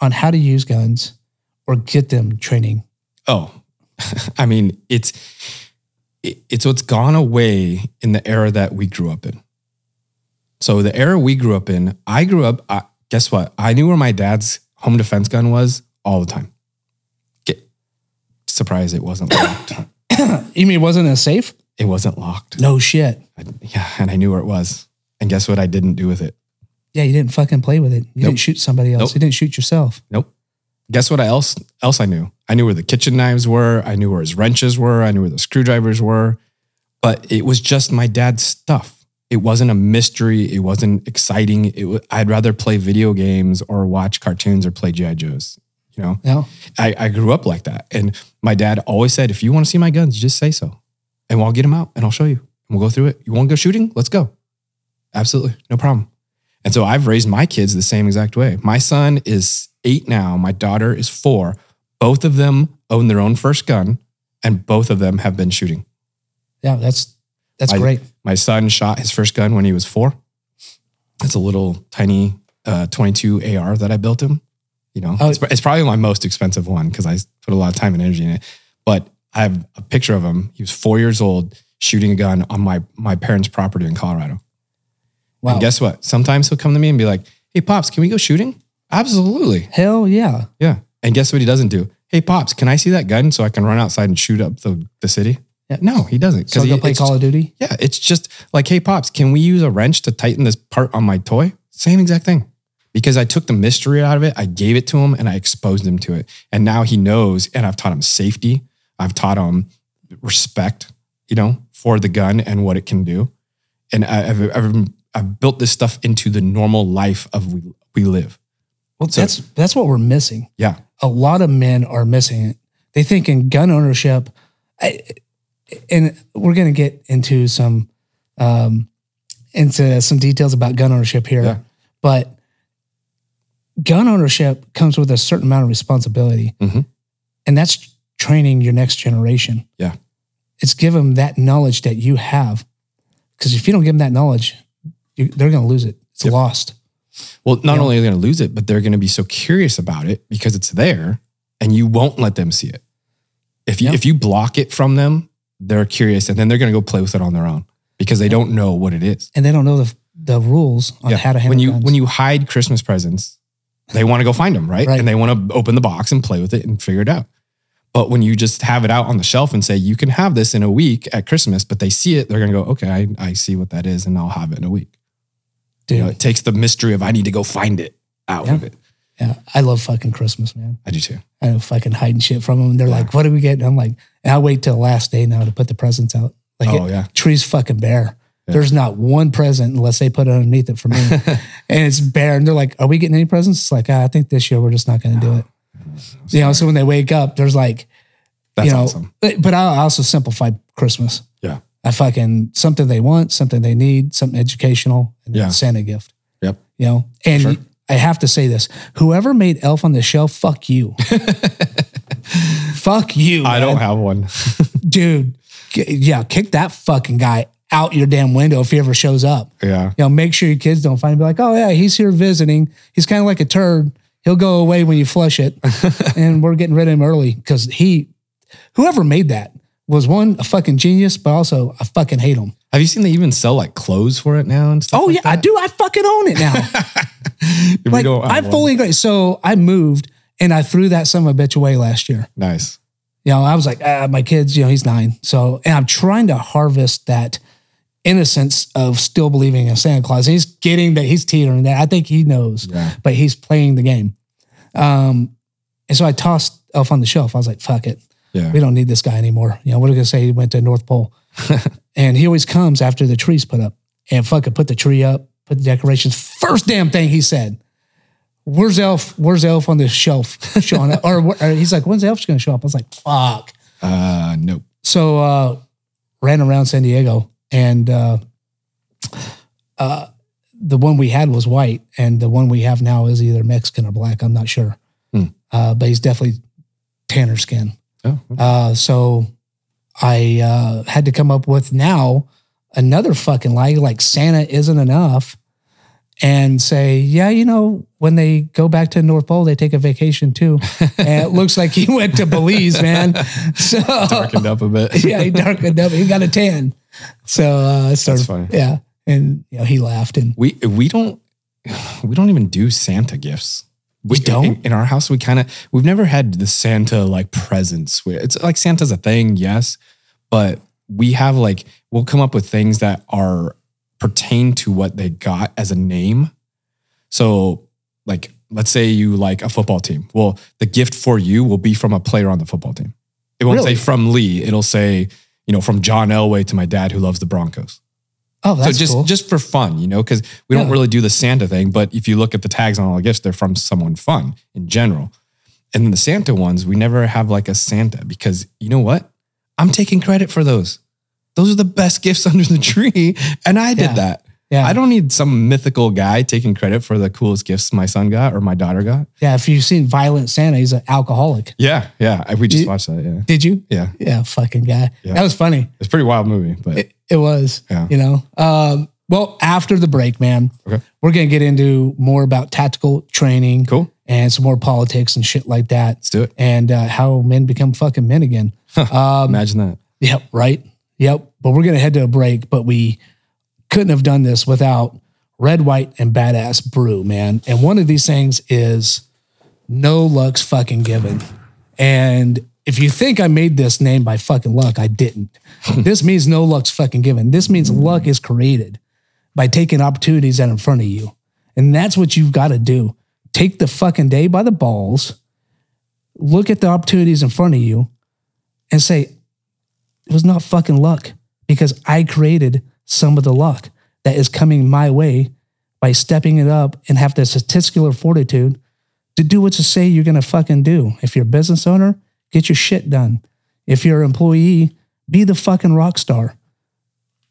Speaker 1: on how to use guns or get them training?
Speaker 2: Oh, [laughs] I mean, it's it- it's what's gone away in the era that we grew up in. So the era we grew up in, I grew up. I, guess what? I knew where my dad's home defense gun was all the time. Get surprised it wasn't locked.
Speaker 1: You mean it wasn't as safe?
Speaker 2: it wasn't locked.
Speaker 1: No shit.
Speaker 2: I, yeah, and I knew where it was. And guess what? I didn't do with it.
Speaker 1: Yeah, you didn't fucking play with it. You
Speaker 2: Nope.
Speaker 1: didn't shoot somebody else.
Speaker 2: Nope.
Speaker 1: You didn't shoot yourself.
Speaker 2: Nope. Guess what? Else else I knew. I knew where the kitchen knives were. I knew where his wrenches were. I knew where the screwdrivers were. But it was just my dad's stuff. It wasn't a mystery. It wasn't exciting. It wa- I'd rather play video games or watch cartoons or play GI Joes. You know,
Speaker 1: No.
Speaker 2: I, I grew up like that, and my dad always said, "If you want to see my guns, just say so, and I'll get them out and I'll show you. And we'll go through it. You want to go shooting? Let's go. Absolutely, no problem." And so I've raised my kids the same exact way. My son is eight now. My daughter is four. Both of them own their own first gun, and both of them have been shooting.
Speaker 1: Yeah, that's that's
Speaker 2: I-
Speaker 1: great.
Speaker 2: My son shot his first gun when he was four. It's a little tiny uh, 22 AR that I built him. You know,
Speaker 1: Oh.
Speaker 2: it's, it's probably my most expensive one because I put a lot of time and energy in it. But I have a picture of him. He was four years old shooting a gun on my my parents' property in Colorado.
Speaker 1: Wow.
Speaker 2: And guess what? Sometimes he'll come to me and be like, "Hey, pops, can we go shooting?" Absolutely,
Speaker 1: Hell yeah.
Speaker 2: yeah. And guess what? He doesn't do. Hey, pops, can I see that gun so I can run outside and shoot up the, the city?
Speaker 1: Yeah.
Speaker 2: No, he doesn't.
Speaker 1: So
Speaker 2: he-
Speaker 1: go play
Speaker 2: it's-
Speaker 1: Call of Duty.
Speaker 2: yeah, it's just like, hey, pops, can we use a wrench to tighten this part on my toy? Same exact thing. Because I took the mystery out of it, I gave it to him and I exposed him to it. And now he knows, and I've taught him safety. I've taught him respect, you know, for the gun and what it can do. And I, I've, I've, I've built this stuff into the normal life of we, we live.
Speaker 1: Well,
Speaker 2: So-
Speaker 1: that's that's what we're missing.
Speaker 2: Yeah.
Speaker 1: a lot of men are missing it. They think in gun ownership, I, and we're going to get into some um, into some details about gun ownership here,
Speaker 2: Yeah.
Speaker 1: but gun ownership comes with a certain amount of responsibility,
Speaker 2: Mhm.
Speaker 1: and that's training your next generation.
Speaker 2: Yeah.
Speaker 1: it's give them that knowledge that you have, because if you don't give them that knowledge, you, they're going to lose it. It's
Speaker 2: Yep.
Speaker 1: lost.
Speaker 2: Well, not
Speaker 1: Yeah.
Speaker 2: only are they going to lose it, but they're going to be so curious about it because it's there and you won't let them see it. If you,
Speaker 1: Yeah.
Speaker 2: if you block it from them, they're curious and then they're going to go play with it on their own because they don't know what it is.
Speaker 1: And they don't know the the rules on
Speaker 2: Yeah.
Speaker 1: how to handle
Speaker 2: when you
Speaker 1: guns.
Speaker 2: when you hide Christmas presents, they want to go find them, right?
Speaker 1: Right.
Speaker 2: And they want to open the box and play with it and figure it out. But when you just have it out on the shelf and say you can have this in a week at Christmas, but they see it, they're going to go, "Okay, I, I see what that is and I'll have it in a week."
Speaker 1: Dude,
Speaker 2: You know, it takes the mystery of I need to go find it out of it.
Speaker 1: yeah, I love fucking Christmas, man.
Speaker 2: I do too.
Speaker 1: I don't fucking hiding shit from them. And they're
Speaker 2: Yeah.
Speaker 1: like, what do we get? And I'm like, and I wait till the last day now to put the presents out. Like,
Speaker 2: Oh,
Speaker 1: it-
Speaker 2: yeah.
Speaker 1: tree's fucking bare.
Speaker 2: Yeah.
Speaker 1: There's not one present unless they put it underneath it for
Speaker 2: [laughs]
Speaker 1: me. and it's bare. And they're like, are we getting any presents? It's like, ah, I think this year we're just not going to do it. You know, so when they wake up, there's like,
Speaker 2: That's
Speaker 1: you know,
Speaker 2: awesome.
Speaker 1: but, but I also simplify Christmas.
Speaker 2: Yeah.
Speaker 1: I fucking something they want, something they need, something educational, and
Speaker 2: Yeah.
Speaker 1: then send a gift.
Speaker 2: Yep.
Speaker 1: You know, and
Speaker 2: Sure.
Speaker 1: I have to say this: whoever made Elf on the Shelf, fuck [laughs] you, fuck you.
Speaker 2: I
Speaker 1: man.
Speaker 2: don't have one.
Speaker 1: dude. k- Yeah, kick that fucking guy out your damn window if he ever shows up.
Speaker 2: yeah.
Speaker 1: You know, make sure your kids don't find him. Be like, oh yeah, he's here visiting. He's kind of like a turd. He'll go away when you flush [laughs] it, and we're getting rid of him early because he, whoever made that, was one a fucking genius, but also I fucking hate him.
Speaker 2: Have you seen they even sell like clothes for it now and stuff?
Speaker 1: Oh
Speaker 2: like
Speaker 1: yeah, I do. I fucking own it [laughs] now.
Speaker 2: [laughs] that? We
Speaker 1: like
Speaker 2: don't have
Speaker 1: I
Speaker 2: one.
Speaker 1: fully agree. So I moved and I threw that son of a bitch away last year.
Speaker 2: nice.
Speaker 1: You know, I was like, ah, my kids, you know, he's nine. So, and I'm trying to harvest that innocence of still believing in Santa Claus. He's getting that he's teetering that. I think he knows,
Speaker 2: Yeah.
Speaker 1: but he's playing the game. Um, and so I tossed Elf on the shelf. I was like, fuck it.
Speaker 2: Yeah.
Speaker 1: We don't need this guy anymore. You know, what are we going to say? He went to North Pole. and he always comes after the tree's put up and fucking put the tree up, put the decorations. First damn thing he said, Where's Elf? Where's Elf on the shelf showing up? or, or he's like, When's Elf's going to show up? I was like, Fuck.
Speaker 2: Uh, nope.
Speaker 1: So uh, ran around San Diego, and uh, uh, the one we had was white, and the one we have now is either Mexican or black. I'm not sure,
Speaker 2: Hmm.
Speaker 1: uh, but he's definitely tanner skin.
Speaker 2: Oh,
Speaker 1: Uh, so I uh, had to come up with now another fucking lie, like Santa isn't enough, and say, yeah, you know, when they go back to the North Pole, they take a vacation too. and it looks like he went to Belize, man. So
Speaker 2: darkened up a [laughs]
Speaker 1: [laughs]
Speaker 2: bit.
Speaker 1: yeah, he darkened up. He got a tan. So uh, it's sort
Speaker 2: That's
Speaker 1: of-
Speaker 2: funny.
Speaker 1: Yeah, and you know he laughed and
Speaker 2: We we don't [sighs] we don't even do Santa gifts. We
Speaker 1: You don't?
Speaker 2: in, in our house. We kind of we've never had the Santa like presents. We- It's like Santa's a thing, yes, but we have like we'll come up with things that are pertain to what they got as a name. So like let's say you like a football team. Well, the gift for you will be from a player on the football team. It won't
Speaker 1: Really?
Speaker 2: say from Lee. It'll say you know from John Elway to my dad who loves the Broncos
Speaker 1: oh, that's
Speaker 2: so just
Speaker 1: cool.
Speaker 2: just for fun, you know, because we don't
Speaker 1: Yeah.
Speaker 2: really do the Santa thing. But if you look at the tags on all the gifts, they're from someone fun in general. And then the Santa ones, we never have like a Santa because you know what? I'm taking credit for those. Those are the best gifts [laughs] under the tree, and I did
Speaker 1: Yeah.
Speaker 2: that.
Speaker 1: yeah,
Speaker 2: I don't need some mythical guy taking credit for the coolest gifts my son got or my daughter got.
Speaker 1: yeah. If you've seen Violent Santa, he's an alcoholic.
Speaker 2: Yeah, yeah. I- We just
Speaker 1: You-
Speaker 2: watched that. Yeah,
Speaker 1: Did you?
Speaker 2: yeah.
Speaker 1: Yeah, fucking guy.
Speaker 2: Yeah.
Speaker 1: That was funny.
Speaker 2: It's a pretty wild movie, but
Speaker 1: It, it was.
Speaker 2: Yeah.
Speaker 1: You know. Um, well, after the break, man,
Speaker 2: Okay.
Speaker 1: we're gonna get into more about tactical training
Speaker 2: cool.
Speaker 1: and some more politics and shit like that,
Speaker 2: Let's do it.
Speaker 1: and uh, how men become fucking men again. um,
Speaker 2: Imagine that.
Speaker 1: Yep, right. Yep. But we're going to head to a break, but we couldn't have done this without Red, White, and Badass Brew, man. And one of these things is no luck's fucking given. And if you think I made this name by fucking luck, I didn't. this means no luck's fucking given. This means luck is created by taking opportunities that are in front of you. And that's what you've got to do. Take the fucking day by the balls, look at the opportunities in front of you, and say, it was not fucking luck because I created some of the luck that is coming my way by stepping it up and have the statistical fortitude to do what you say you're going to fucking do. If you're a business owner, get your shit done. If you're an employee, be the fucking rock star.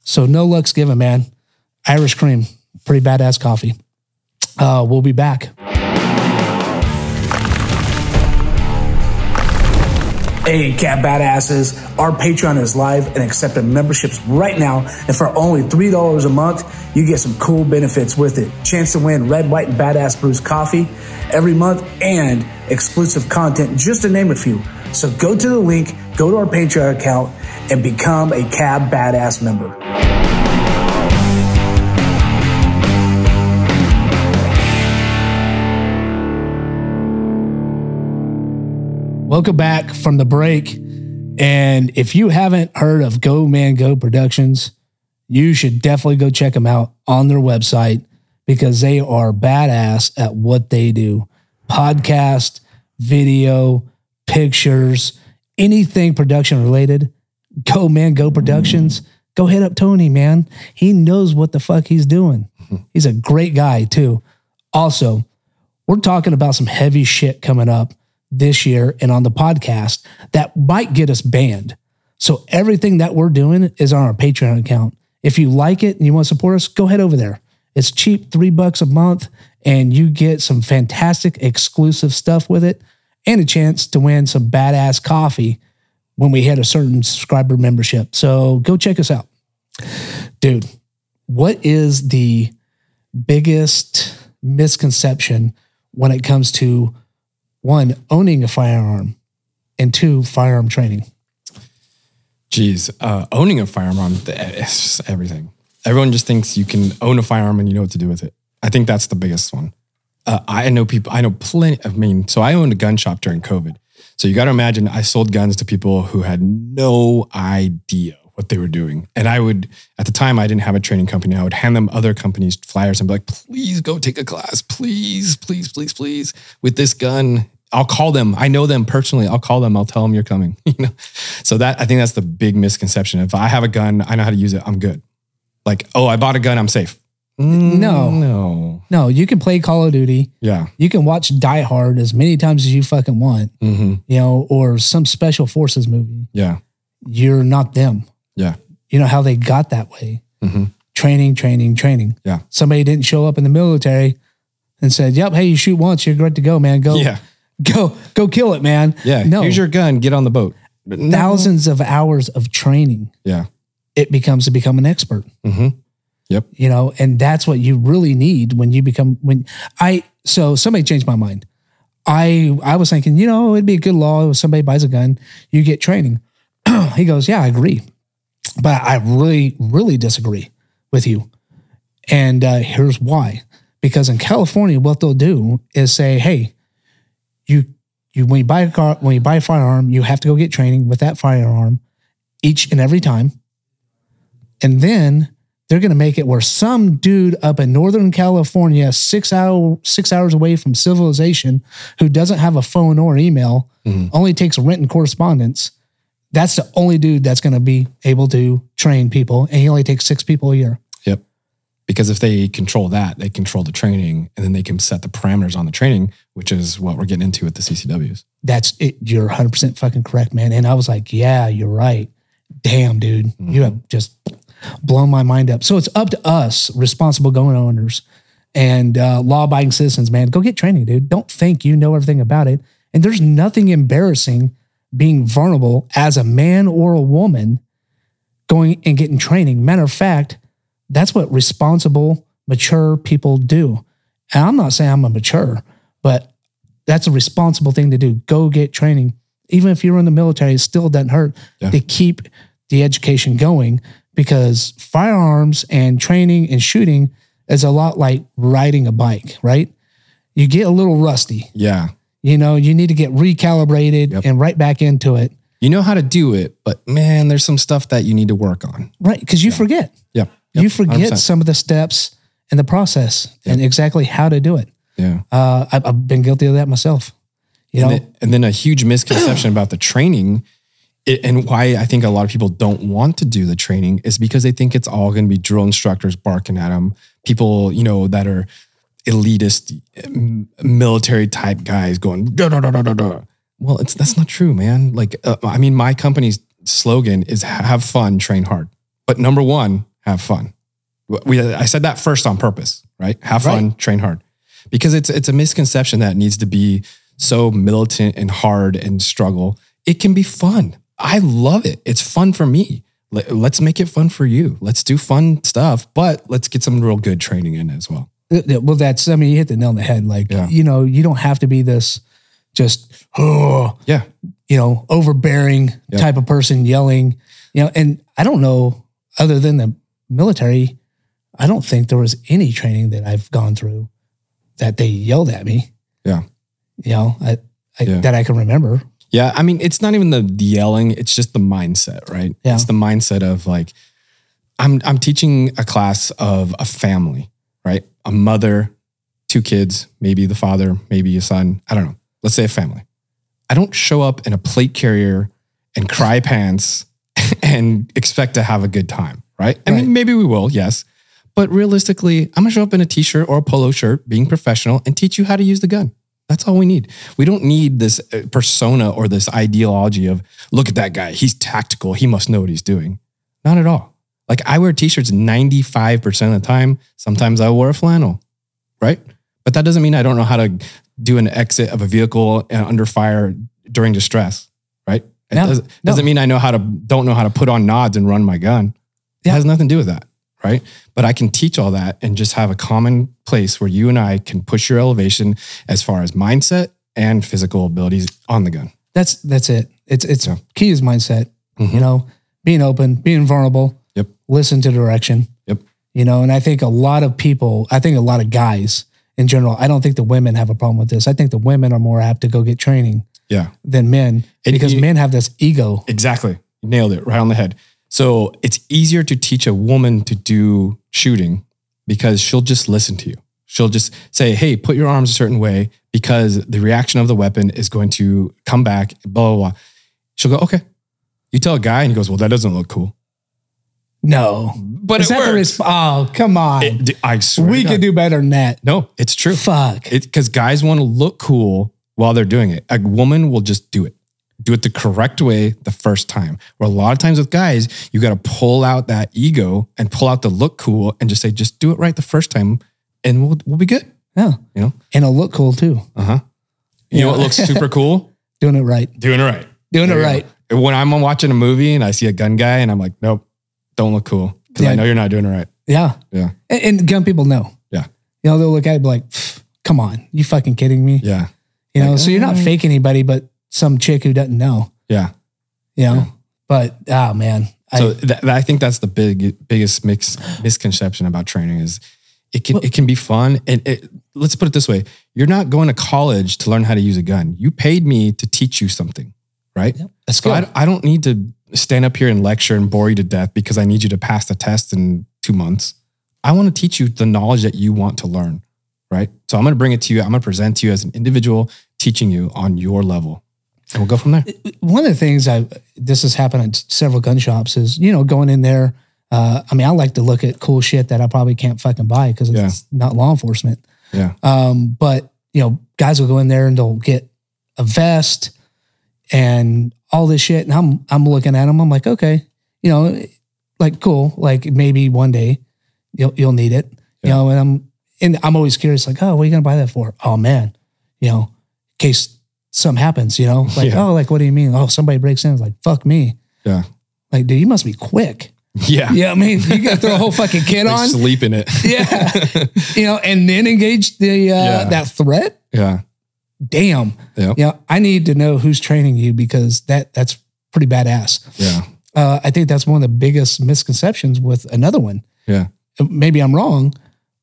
Speaker 1: So no luck's given, man. Irish cream, pretty badass coffee. Uh, we'll be back. Hey, cat badasses! Our Patreon is live and accepting memberships right now, and for only three dollars a month, you get some cool benefits with it. Chance to win red, white, and badass brews coffee every month, and exclusive content, just to name a few. So go to the link, go to our Patreon account, and become a Cab Badass member. Welcome back from the break. And if you haven't heard of Go Man Go Productions, you should definitely go check them out on their website because they are badass at what they do podcast, video, pictures, anything production related. Go Man Go Productions. Go hit up Tony, man. He knows what the fuck he's doing. He's a great guy, too. Also, we're talking about some heavy shit coming up this year and on the podcast that might get us banned. So everything that we're doing is on our Patreon account. If you like it and you want to support us, go head over there. It's cheap, three bucks a month, and you get some fantastic exclusive stuff with it and a chance to win some badass coffee when we hit a certain subscriber membership. So go check us out. Dude, what is the biggest misconception when it comes to one, owning a firearm, and two, firearm training?
Speaker 2: Geez, uh, owning a firearm, th- eh, it's just everything. Everyone just thinks you can own a firearm and you know what to do with it. I think that's the biggest one. Uh, I know people, I know plenty, I mean, so I owned a gun shop during COVID. So you got to imagine I sold guns to people who had no idea what they were doing. And I would, at the time, I didn't have a training company. I would hand them other companies flyers and be like, please go take a class. Please, please, please, please, with this gun. I'll call them. I know them personally. I'll call them. I'll tell them you're coming. [laughs] you know, so that I think that's the big misconception. If I have a gun, I know how to use it. I'm good. Like, oh, I bought a gun. I'm safe. Mm,
Speaker 1: No.
Speaker 2: no,
Speaker 1: No, you can play Call of Duty.
Speaker 2: yeah,
Speaker 1: You can watch Die Hard as many times as you fucking want,
Speaker 2: hmm
Speaker 1: you know, or some special forces movie.
Speaker 2: yeah,
Speaker 1: You're not them.
Speaker 2: yeah.
Speaker 1: You know how they got that way.
Speaker 2: hmm
Speaker 1: Training, training, training.
Speaker 2: Yeah.
Speaker 1: Somebody didn't show up in the military and said, Yep, hey, you shoot once, you're good to go, man. Go
Speaker 2: Yeah.
Speaker 1: go go kill it, man.
Speaker 2: Yeah.
Speaker 1: Oh. No.
Speaker 2: Use your gun. Get on the boat. No.
Speaker 1: Thousands of hours of training.
Speaker 2: Yeah.
Speaker 1: It becomes to become an expert.
Speaker 2: hmm
Speaker 1: you know and that's what you really need when you become when i so somebody changed my mind i i was thinking you know it'd be a good law if somebody buys a gun you get training [clears throat] he goes yeah i agree but i really really disagree with you and uh, here's why because in california what they'll do is say hey you you when you buy a car when you buy a firearm you have to go get training with that firearm each and every time and then they're going to make it where some dude up in Northern California, six hour, six hours away from civilization, who doesn't have a phone or email, only takes rent and correspondence. That's the only dude that's going to be able to train people, and he only takes six people a year.
Speaker 2: Yep. Because if they control that, they control the training, and then they can set the parameters on the training, which is what we're getting into with the CCWs.
Speaker 1: That's it. You're 100 percent fucking correct, man. And I was like, yeah, you're right. Damn, dude, you have just blown my mind up. So it's up to us, responsible gun owners and uh, law-abiding citizens, man. Go get training, dude. Don't think you know everything about it. And there's nothing embarrassing being vulnerable as a man or a woman going and getting training. Matter of fact, that's what responsible, mature people do. And I'm not saying I'm a mature, but that's a responsible thing to do. Go get training. Even if you're in the military, it still doesn't hurt
Speaker 2: Yeah.
Speaker 1: to keep the education going because firearms and training and shooting is a lot like riding a bike, right? You get a little rusty.
Speaker 2: Yeah.
Speaker 1: You know, you need to get recalibrated
Speaker 2: Yep.
Speaker 1: and right back into it,
Speaker 2: You know how to do it, but man, there's some stuff that you need to work on.
Speaker 1: right? Because you forget.
Speaker 2: Yep.
Speaker 1: you forget
Speaker 2: 100%.
Speaker 1: some of the steps and the process and exactly how to do it.
Speaker 2: Yeah.
Speaker 1: Uh, I, I've been guilty of that myself. You know,
Speaker 2: And then, and then a huge misconception about the training it, and why I think a lot of people don't want to do the training is because they think it's all going to be drill instructors barking at them, people, you know, that are elitist m- military type guys going da da da da da da. Well, it's that's not true, man. Like uh, I mean my company's slogan is have fun, train hard. But number 1, have fun. We I said that first on purpose, right? Have fun, train hard. Because it's it's a misconception that needs to be so militant and hard and struggle. It can be fun. I love it. It's fun for me. Let- Let's make it fun for you. Let's do fun stuff, but let's get some real good training in as well.
Speaker 1: Th- th- well, that's, I mean, you hit the nail on the head. Like,
Speaker 2: Yeah.
Speaker 1: you know, you don't have to be this just, oh,
Speaker 2: Yeah.
Speaker 1: you know, overbearing
Speaker 2: Yeah.
Speaker 1: type of person yelling, you know, and I don't know, other than the military, I don't think there was any training that I've gone through that they yelled at me.
Speaker 2: Yeah.
Speaker 1: You know, I, I,
Speaker 2: Yeah.
Speaker 1: that I can remember.
Speaker 2: Yeah, I mean, it's not even the the yelling; it's just the mindset, right?
Speaker 1: Yeah.
Speaker 2: It's the mindset of like, I'm I'm teaching a class of a family, right? A mother, two kids, maybe the father, maybe a son. I don't know. Let's say a family. I don't show up in a plate carrier and cry pants [laughs] and expect to have a good time, right? I
Speaker 1: Right.
Speaker 2: mean, maybe we will, yes. But realistically, I'm gonna show up in a t-shirt or a polo shirt, being professional, and teach you how to use the gun. That's all we need. We don't need this uh, persona or this ideology of look at that guy. He's tactical. He must know what he's doing. Not at all. Like I wear t-shirts 95% of the time. Sometimes I wear a flannel, right? But that doesn't mean I don't know how to do an exit of a vehicle uh, under fire during distress, right? It
Speaker 1: No,
Speaker 2: does,
Speaker 1: no.
Speaker 2: doesn't mean I know how to don't know how to put on nods and run my gun.
Speaker 1: Yeah.
Speaker 2: It has nothing to do with that, right? But I can teach all that and just have a common place where you and I can push your elevation as far as mindset and physical abilities on the gun.
Speaker 1: That's that's it. It's it's
Speaker 2: Yeah.
Speaker 1: key is mindset.
Speaker 2: Mhm.
Speaker 1: You know, being open, being vulnerable.
Speaker 2: Yep.
Speaker 1: Listen to direction.
Speaker 2: Yep.
Speaker 1: You know, and I think a lot of people, I think a lot of guys in general, I don't think the women have a problem with this. I think the women are more apt to go get training
Speaker 2: Yeah.
Speaker 1: than men
Speaker 2: And
Speaker 1: because
Speaker 2: you-
Speaker 1: men have this ego.
Speaker 2: Exactly. You Nailed it right on the head. So it's easier to teach a woman to do shooting because she'll just listen to you. She'll just say, hey, put your arms a certain way because the reaction of the weapon is going to come back, blah, blah, blah. She'll go, okay. You tell a guy and he goes, well, that doesn't look cool.
Speaker 1: No.
Speaker 2: But
Speaker 1: Is
Speaker 2: it
Speaker 1: that the
Speaker 2: works.
Speaker 1: resp- oh, come on.
Speaker 2: It- I swear.
Speaker 1: we could do better than that.
Speaker 2: No, it's true.
Speaker 1: Fuck.
Speaker 2: Because guys want to look cool while they're doing it. A woman will just do it. Do it the correct way the first time. Where a lot of times with guys, you got to pull out that ego and pull out the look cool and just say, just do it right the first time and we'll, we'll be good.
Speaker 1: yeah.
Speaker 2: You know?
Speaker 1: And it'll look cool too.
Speaker 2: Uh huh. You know what looks super cool?
Speaker 1: Doing it right.
Speaker 2: [laughs] Doing it right.
Speaker 1: Doing
Speaker 2: There
Speaker 1: it
Speaker 2: you
Speaker 1: right.
Speaker 2: go. When I'm watching a movie and I see a gun guy and I'm like, nope, don't look cool. Because
Speaker 1: Yeah.
Speaker 2: I know you're not doing it right.
Speaker 1: Yeah.
Speaker 2: Yeah.
Speaker 1: And, and gun people know.
Speaker 2: Yeah.
Speaker 1: You know, they'll look at it and be like, "Pff, come on, you fucking kidding me?
Speaker 2: Yeah.
Speaker 1: You know,
Speaker 2: Like,
Speaker 1: so you're not
Speaker 2: uh,
Speaker 1: fake anybody, but some chick who doesn't know,
Speaker 2: Yeah.
Speaker 1: you know? But, ah, man.
Speaker 2: So
Speaker 1: I,
Speaker 2: th- th- I think that's the big biggest mix, misconception about training is it can
Speaker 1: Well-
Speaker 2: it can be fun and it, let's put it this way: you're not going to college to learn how to use a gun. You paid me to teach you something, right?
Speaker 1: a
Speaker 2: So
Speaker 1: skill.
Speaker 2: I, I don't need to stand up here and lecture and bore you to death because I need you to pass the test in two months. I want to teach you the knowledge that you want to learn, right? So I'm going to bring it to you. I'm going to present to you as an individual, teaching you on your level, and we'll go from there.
Speaker 1: one of the things I this has happened at several gun shops is you know going in there. Uh, I mean, I like to look at cool shit that I probably can't fucking buy because it's
Speaker 2: Yeah.
Speaker 1: not law enforcement.
Speaker 2: Yeah.
Speaker 1: Um, but you know, guys will go in there and they'll get a vest and all this shit, and I'm I'm looking at them. I'm like, okay, you know, like cool, like maybe one day you'll you'll need it, you
Speaker 2: Yeah.
Speaker 1: know. And I'm and I'm always curious, like, oh, what are you gonna buy that for? Oh man, you know, in case something happens, you know, like
Speaker 2: [laughs] Yeah.
Speaker 1: oh, like what do you mean? Oh, somebody breaks in, It's like fuck me,
Speaker 2: Yeah.
Speaker 1: like dude, you must be quick.
Speaker 2: [laughs] Yeah.
Speaker 1: Yeah, I mean, you gotta throw a whole fucking kid
Speaker 2: Like
Speaker 1: on,
Speaker 2: sleep in it.
Speaker 1: Yeah. you know, and then engage the uh,
Speaker 2: Yeah.
Speaker 1: that threat.
Speaker 2: [laughs] yeah.
Speaker 1: Damn,
Speaker 2: Yeah.
Speaker 1: you know, I need to know who's training you because that that's pretty badass.
Speaker 2: Yeah.
Speaker 1: uh, I think that's one of the biggest misconceptions with another one.
Speaker 2: Yeah.
Speaker 1: Maybe I'm wrong,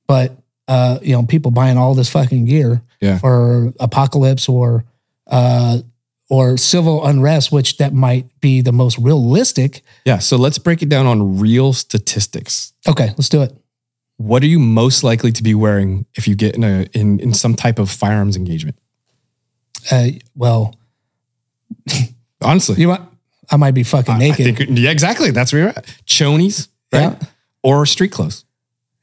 Speaker 1: but uh, you know, people buying all this fucking gear
Speaker 2: Yeah.
Speaker 1: for apocalypse or uh, or civil unrest, which that might be the most realistic.
Speaker 2: Yeah. So let's break it down on real statistics.
Speaker 1: Okay, let's do it.
Speaker 2: What are you most likely to be wearing if you get in a in, in some type of firearms engagement?
Speaker 1: Uh, well,
Speaker 2: Honestly.
Speaker 1: you might, I might be fucking
Speaker 2: I- I
Speaker 1: naked.
Speaker 2: think- yeah, exactly. That's where you're at. Chonies, right?
Speaker 1: Yeah.
Speaker 2: Or street clothes.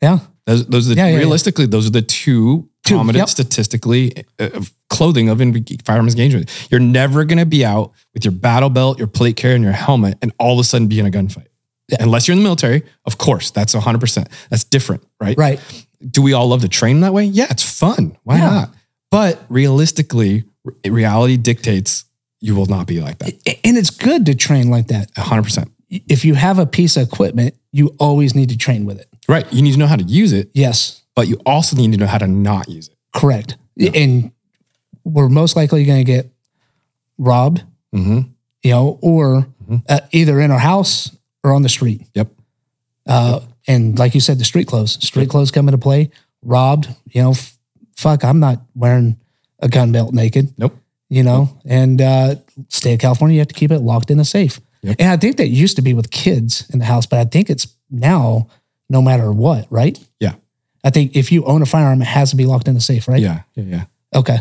Speaker 1: yeah,
Speaker 2: Those, those are the,
Speaker 1: Yeah, yeah, yeah.
Speaker 2: realistically, those are the two,
Speaker 1: Two,
Speaker 2: prominent
Speaker 1: yep.
Speaker 2: statistically uh, of clothing of in, firearms engagement. You're never going to be out with your battle belt, your plate carrier, and your helmet, and all of a sudden be in a gunfight. Unless you're in the military, of course, that's 100%. That's different, right?
Speaker 1: right.
Speaker 2: do we all love to train that way? Yeah, it's fun. Why
Speaker 1: Yeah.
Speaker 2: not? But realistically, re- reality dictates you will not be like that.
Speaker 1: And it's good to train like that.
Speaker 2: 100%.
Speaker 1: If you have a piece of equipment, you always need to train with it.
Speaker 2: Right. You need to know how to use it,
Speaker 1: Yes.
Speaker 2: but you also need to know how to not use it.
Speaker 1: Correct. And we're most likely going to get robbed,
Speaker 2: Mm-hmm.
Speaker 1: you know, or uh, either in our house or on the street.
Speaker 2: Yep.
Speaker 1: Uh, And like you said, the street clothes, street clothes come into play, robbed, you know, f- fuck, I'm not wearing a gun belt naked,
Speaker 2: Nope.
Speaker 1: you know, and uh, state of California, you have to keep it locked in a safe.
Speaker 2: Yep.
Speaker 1: And I think that used to be with kids in the house, but I think it's now no matter what, right?
Speaker 2: Yeah.
Speaker 1: I think if you own a firearm, it has to be locked in a safe, right?
Speaker 2: Yeah. Yeah. Yeah.
Speaker 1: Okay.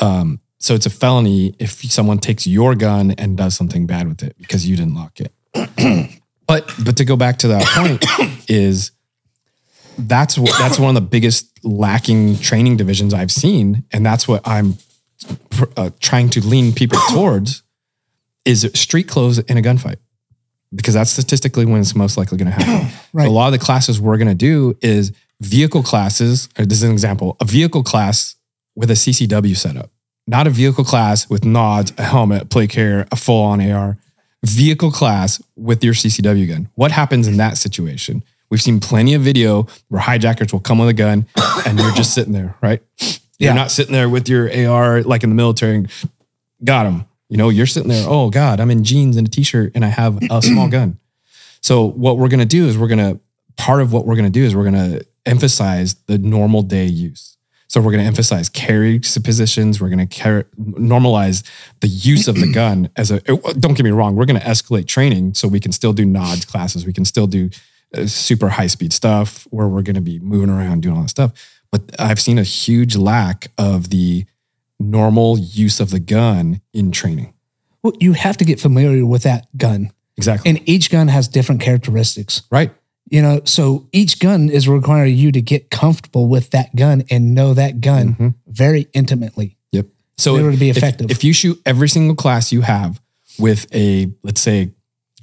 Speaker 2: Um, so it's a felony if someone takes your gun and does something bad with it because you didn't lock it. [clears throat] but but to go back to that point [coughs] is that's wh- that's one of the biggest lacking training divisions I've seen, and that's what I'm pr- uh, trying to lean people [coughs] towards is street clothes in a gunfight because that's statistically when it's most likely going to happen.
Speaker 1: Right.
Speaker 2: So a lot of the classes we're going to do is vehicle classes. Or this is an example: a vehicle class with a CCW setup, not a vehicle class with nods, a helmet, plate carrier, a full-on AR. Vehicle class with your CCW gun. What happens in that situation? We've seen plenty of video where hijackers will come with a gun and you're just sitting there, right? You're
Speaker 1: Yeah.
Speaker 2: not sitting there with your AR like in the military and got him. You know, you're sitting there, oh God, I'm in jeans and a t-shirt and I have a small gun. So what we're gonna do is we're gonna part of what we're gonna do is we're gonna emphasize the normal day use. So we're gonna emphasize carry positions, we're gonna car- normalize the use of the gun as a oh, don't get me wrong, we're gonna escalate training so we can still do nods classes, we can still do uh, super high speed stuff where we're gonna be moving around doing all that stuff. But I've seen a huge lack of the normal use of the gun in training.
Speaker 1: Well, you have to get familiar with that gun,
Speaker 2: Exactly.
Speaker 1: and each gun has different characteristics.
Speaker 2: right.
Speaker 1: You know, so each gun is requiring you to get comfortable with that gun and know that gun
Speaker 2: Mhm.
Speaker 1: very intimately.
Speaker 2: Yep. So
Speaker 1: In order to be
Speaker 2: if-
Speaker 1: effective.
Speaker 2: If, you shoot every single class you have with a, let's say,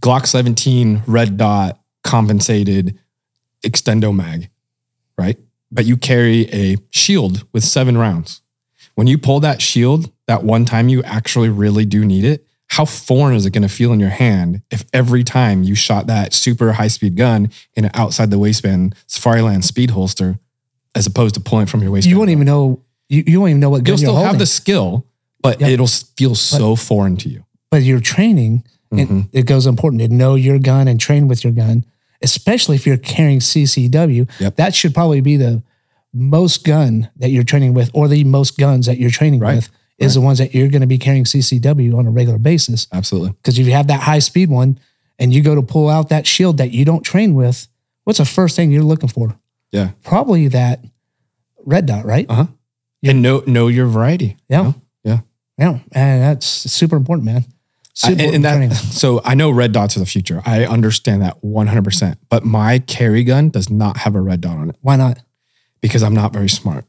Speaker 2: Glock 17 red dot compensated extendo mag, right? But you carry a shield with seven rounds. When you pull that shield that one time you actually really do need it, how foreign is it going to feel in your hand if every time you shot that super high speed gun in an outside the waistband Safariland speed holster, as opposed to pulling it from your waistband?
Speaker 1: You won't even know you, you won't even know what gun
Speaker 2: you'll
Speaker 1: you're
Speaker 2: still
Speaker 1: holding,
Speaker 2: have the skill, but
Speaker 1: Yeah.
Speaker 2: it'll s- feel so foreign to you.
Speaker 1: but your training
Speaker 2: Mhm.
Speaker 1: it, it goes important to know your gun and train with your gun, especially if you're carrying CCW.
Speaker 2: Yep.
Speaker 1: That should probably be the most gun that you're training with, or the most guns that you're training
Speaker 2: Right.
Speaker 1: with, is the ones that you're going to be carrying CCW on a regular basis.
Speaker 2: Absolutely.
Speaker 1: Because if you have that high speed one and you go to pull out that shield that you don't train with, what's the first thing you're looking for?
Speaker 2: Yeah.
Speaker 1: Probably that red dot, right?
Speaker 2: Uh, And know know your variety.
Speaker 1: yeah.
Speaker 2: Yeah.
Speaker 1: Yeah. And that's super important, man.
Speaker 2: I-
Speaker 1: Super
Speaker 2: and, and that,
Speaker 1: training.
Speaker 2: so I know red dots are the future. I understand that 100%. But my carry gun does not have a red dot on it
Speaker 1: Why not?
Speaker 2: because I'm not very smart.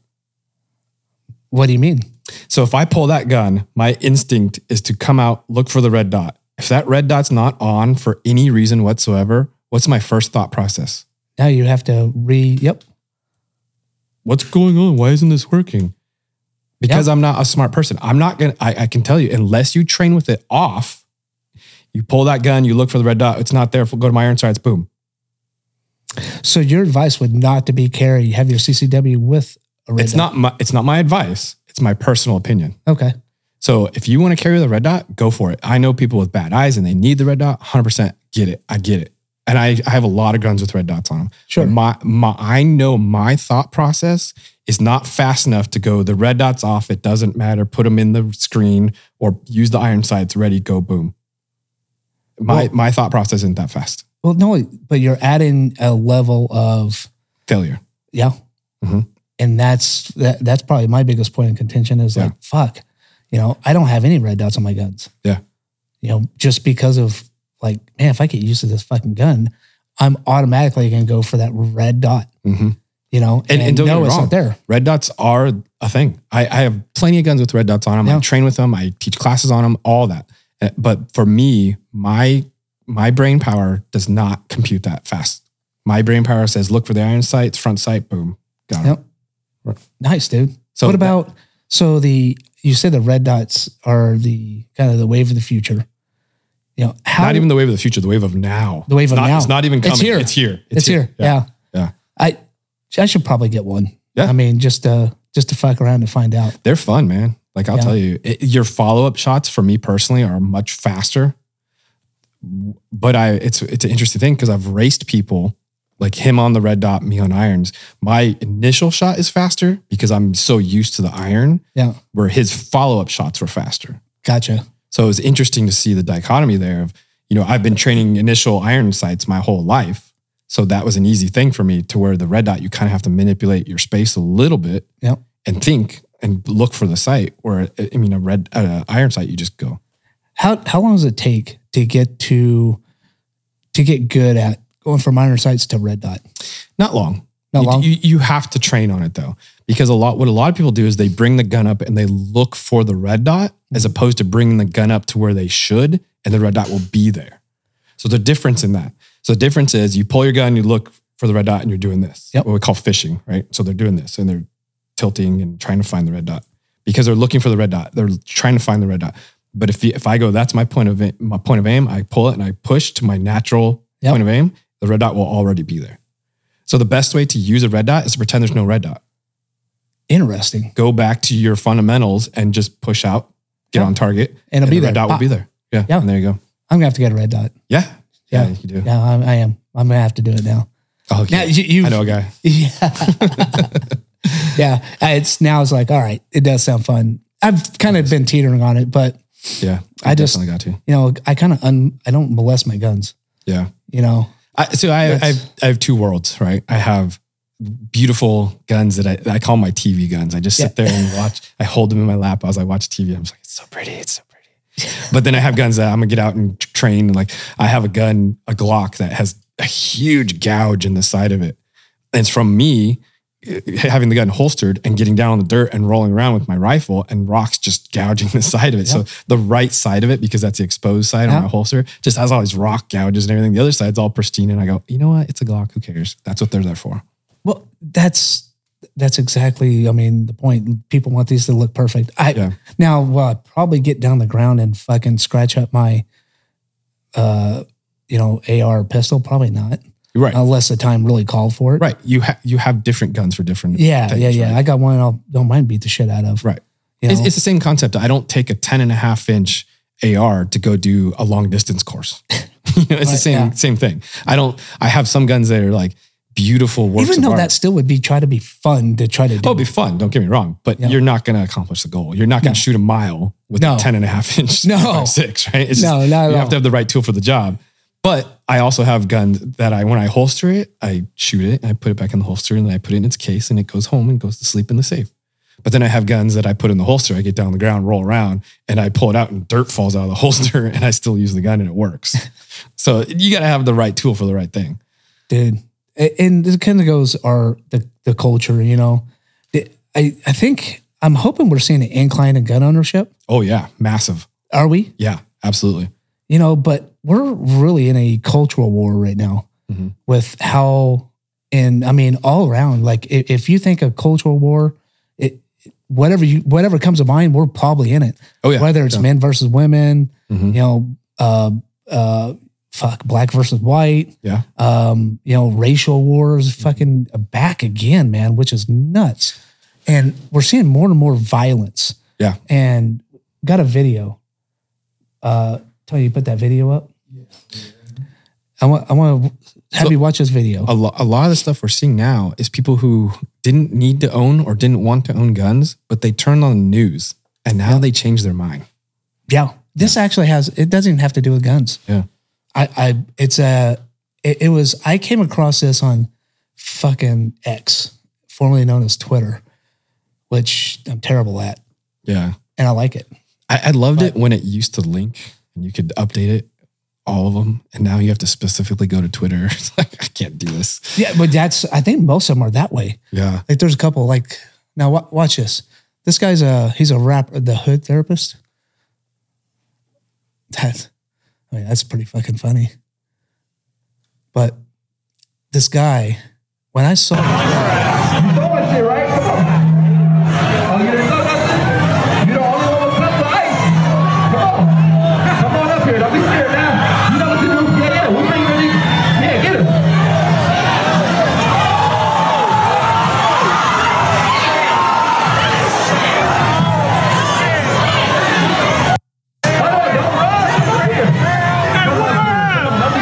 Speaker 1: What do you mean?
Speaker 2: So if I pull that gun, my instinct is to come out, look for the red dot. If that red dot's not on for any reason whatsoever, what's my first thought process?
Speaker 1: Now you have to re, yep.
Speaker 2: what's going on? Why isn't this working? Because I'm not a smart person. I'm not gonna, I, I can tell you, unless you train with it off, you pull that gun, you look for the red dot, it's not there. Go to my iron sights, boom.
Speaker 1: So your advice would not to be carry, have your CCW with a red
Speaker 2: It's
Speaker 1: dot.
Speaker 2: not my it's not my advice, it's my personal opinion.
Speaker 1: Okay.
Speaker 2: So if you want to carry the red dot, go for it. I know people with bad eyes and they need the red dot, 100% get it. I get it. And I, I have a lot of guns with red dots on them.
Speaker 1: Sure.
Speaker 2: But My, my, I know my thought process is not fast enough to go, the red dot's off. It doesn't matter. Put them in the screen or use the iron sights. Ready, go, boom. My,
Speaker 1: Well-
Speaker 2: my thought process isn't that fast.
Speaker 1: Well, no, but you're adding a level of,
Speaker 2: Failure.
Speaker 1: Yeah.
Speaker 2: Mhm.
Speaker 1: And that's that, that's probably my biggest point of contention is like, fuck, you know, I don't have any red dots on my guns.
Speaker 2: Yeah.
Speaker 1: You know, just because of like, man, if I get used to this fucking gun, I'm automatically gonna go for that red dot,
Speaker 2: Mm-hmm.
Speaker 1: you know,
Speaker 2: And- and don't get
Speaker 1: no,
Speaker 2: me
Speaker 1: it's
Speaker 2: wrong.
Speaker 1: not there.
Speaker 2: Red dots are a thing. I, I have plenty of guns with red dots on them. I
Speaker 1: Yeah.
Speaker 2: train with them. I teach classes on them. All that. Uh, But for me, my my brain power does not compute that fast. My brain power says, look for the iron sights, front sight, boom, got it.
Speaker 1: Yep. Nice, dude.
Speaker 2: So
Speaker 1: what about so the you said the red dots are the kind of the wave of the future. You know, how
Speaker 2: not even the wave of the future, the wave of now.
Speaker 1: The wave of
Speaker 2: It's not,
Speaker 1: now.
Speaker 2: It's not even
Speaker 1: It's
Speaker 2: coming.
Speaker 1: here.
Speaker 2: It's here.
Speaker 1: it's, here.
Speaker 2: Yeah.
Speaker 1: Yeah.
Speaker 2: Yeah.
Speaker 1: I I should probably get one.
Speaker 2: Yeah.
Speaker 1: I mean, just uh just to fuck around and find out.
Speaker 2: They're fun, man. Like I'll
Speaker 1: Yeah.
Speaker 2: tell you, it, your follow up shots for me personally are much faster. But I, it's it's an interesting thing because I've raced people like him on the red dot, me on irons. My initial shot is faster because I'm so used to the iron,
Speaker 1: Yeah.
Speaker 2: where his follow up shots were faster.
Speaker 1: Gotcha.
Speaker 2: So it was interesting to see the dichotomy there of, you know, I've been training initial iron sights my whole life. So that was an easy thing for me to where the red dot, you kind of have to manipulate your space a little bit
Speaker 1: Yep.
Speaker 2: and think and look for the site. Or, I mean, a red, uh, iron sight, you just go.
Speaker 1: How how long does it take to get to to get good at going from minor sights to red dot?
Speaker 2: Not long.
Speaker 1: Not
Speaker 2: You,
Speaker 1: long.
Speaker 2: you, you have to train on it though, because a lot what a lot of people do is they bring the gun up and they look for the red dot as
Speaker 1: Mm.
Speaker 2: opposed to bringing the gun up to where they should, and the red dot will be there. So the difference in that. So the difference is you pull your gun, you look for the red dot, and you're doing this.
Speaker 1: Yep.
Speaker 2: What we call fishing, right? So they're doing this and they're tilting and trying to find the red dot because they're looking for the red dot. They're trying to find the red dot. But if you, if I go, that's my point of aim, my point of aim. I pull it and I push to my natural
Speaker 1: Yep.
Speaker 2: point of aim. The red dot will already be there. So the best way to use a red dot is to pretend there's no red dot.
Speaker 1: Interesting.
Speaker 2: Go back to your fundamentals and just push out, get
Speaker 1: Sure.
Speaker 2: on target,
Speaker 1: And it'll
Speaker 2: and
Speaker 1: be
Speaker 2: the
Speaker 1: there.
Speaker 2: red dot
Speaker 1: Pop.
Speaker 2: will be there. Yeah,
Speaker 1: Yeah.
Speaker 2: and there you go.
Speaker 1: I'm gonna have to get a red dot.
Speaker 2: Yeah, yeah, you do.
Speaker 1: Yeah, I, I am. I'm gonna have to do it now.
Speaker 2: Oh, okay.
Speaker 1: Now you, you've,
Speaker 2: I know a guy.
Speaker 1: [laughs] Yeah. yeah. It's now it's like, all right, it does sound fun. I've kind of been teetering on it, but
Speaker 2: Yeah,
Speaker 1: I just-
Speaker 2: definitely got to.
Speaker 1: you know, I kind of un, I don't molest my guns,
Speaker 2: Yeah.
Speaker 1: you know.
Speaker 2: I, so I,
Speaker 1: That's-
Speaker 2: I've, I have two worlds, right? I have beautiful guns that I, that I call my TV guns. I just sit there and watch. I hold them in my lap as I watch TV. I'm just like, it's so pretty. It's so pretty. But then I have guns that I'm gonna get out and t- train. And like I have a gun, a Glock that has a huge gouge in the side of it. And it's from me eh, having the gun holstered and getting down on the dirt and rolling around with my rifle and rocks just gouging the [laughs] side of it. So the right side of it, because that's the exposed side
Speaker 1: Yeah.
Speaker 2: on my holster, just has all these rock gouges and everything. The other side's all pristine. And I go, you know what? It's a Glock. Who cares? That's what they're there for.
Speaker 1: Well, that's that's exactly I mean, the point. People want these to look perfect. I
Speaker 2: Yeah.
Speaker 1: now well, I'd probably get down the ground and fucking scratch up my uh you know, AR pistol, probably not,
Speaker 2: You're right.
Speaker 1: unless the time really called for it.
Speaker 2: right. You have you have different guns for different
Speaker 1: Yeah,
Speaker 2: things,
Speaker 1: yeah, yeah.
Speaker 2: right?
Speaker 1: I got one I'll don't mind beat the shit out of.
Speaker 2: Right.
Speaker 1: You
Speaker 2: It's,
Speaker 1: know?
Speaker 2: it's the same concept. I don't take a 10 and a half inch AR to go do a long distance course. [laughs] you know, it's the
Speaker 1: Right,
Speaker 2: same,
Speaker 1: yeah.
Speaker 2: same thing. I don't, I have some guns that are like beautiful works
Speaker 1: even
Speaker 2: of
Speaker 1: though
Speaker 2: art.
Speaker 1: that still would be try to be fun to try to do.
Speaker 2: Oh, it'd be fun. Don't get me wrong, but you're not going to accomplish the goal. You're not going
Speaker 1: No.
Speaker 2: to shoot a mile with
Speaker 1: No.
Speaker 2: a 10 and a half inch
Speaker 1: No.
Speaker 2: [laughs] 5.56, right? It's
Speaker 1: No,
Speaker 2: just,
Speaker 1: not at
Speaker 2: You
Speaker 1: all.
Speaker 2: have to have the right tool for the job. But I also have guns that I, when I holster it, I shoot it and I put it back in the holster and then I put it in its case and it goes home and goes to sleep in the safe. But then I have guns that I put in the holster. I get down on the ground, roll around, and I pull it out and dirt falls out of the [laughs] holster and I still use the gun and
Speaker 1: [laughs]
Speaker 2: it works. so you got to have the right tool for the right thing.
Speaker 1: dude. A- And it kind of goes our the the culture, you know. The- I I think I'm hoping we're seeing an incline in gun ownership.
Speaker 2: Oh, yeah. Massive.
Speaker 1: Are we?
Speaker 2: Yeah, absolutely.
Speaker 1: You know, but we're really in a cultural war right now
Speaker 2: Mhm.
Speaker 1: with how and I mean all around. Like if, if you think of cultural war, it whatever you whatever comes to mind, we're probably in it.
Speaker 2: Oh, yeah.
Speaker 1: Whether it's
Speaker 2: Yeah.
Speaker 1: men versus women,
Speaker 2: Mhm.
Speaker 1: you know, uh, uh, fuck, black versus white.
Speaker 2: Yeah.
Speaker 1: Um, you know, racial wars fucking back again, man, which is nuts. And we're seeing more and more violence.
Speaker 2: Yeah.
Speaker 1: And got a video. Uh, Tony, you put that video up? I want, I want to have
Speaker 2: So-
Speaker 1: you watch this video.
Speaker 2: a, lo- a lot of the stuff we're seeing now is people who didn't need to own or didn't want to own guns, but they turned on the news and now they change their mind.
Speaker 1: Yeah. This actually has it doesn't even have to do with guns.
Speaker 2: Yeah.
Speaker 1: I, I it's a it, it was I came across this on fucking X, formerly known as Twitter, which I'm terrible at
Speaker 2: Yeah.
Speaker 1: and I like it.
Speaker 2: I, I loved it when it used to link and you could update it, all of them. And now you have to specifically go to Twitter. [laughs] It's like, I can't do this.
Speaker 1: Yeah, but that's I think most of them are that way.
Speaker 2: Yeah.
Speaker 1: Like there's a couple like now wa watch this. This guy's a he's a rapper, the hood therapist. That I mean that's pretty fucking funny. But this guy, when I saw
Speaker 3: throwing shit, right? Come on. Oh, you didn't know nothing? You the only one with cups of ice. Come on. Come on up here. Don't be scared now. You know what to do. Yeah, yeah. We ain't really. Yeah, get him. Come on, don't run. Right here. Come on. Don't be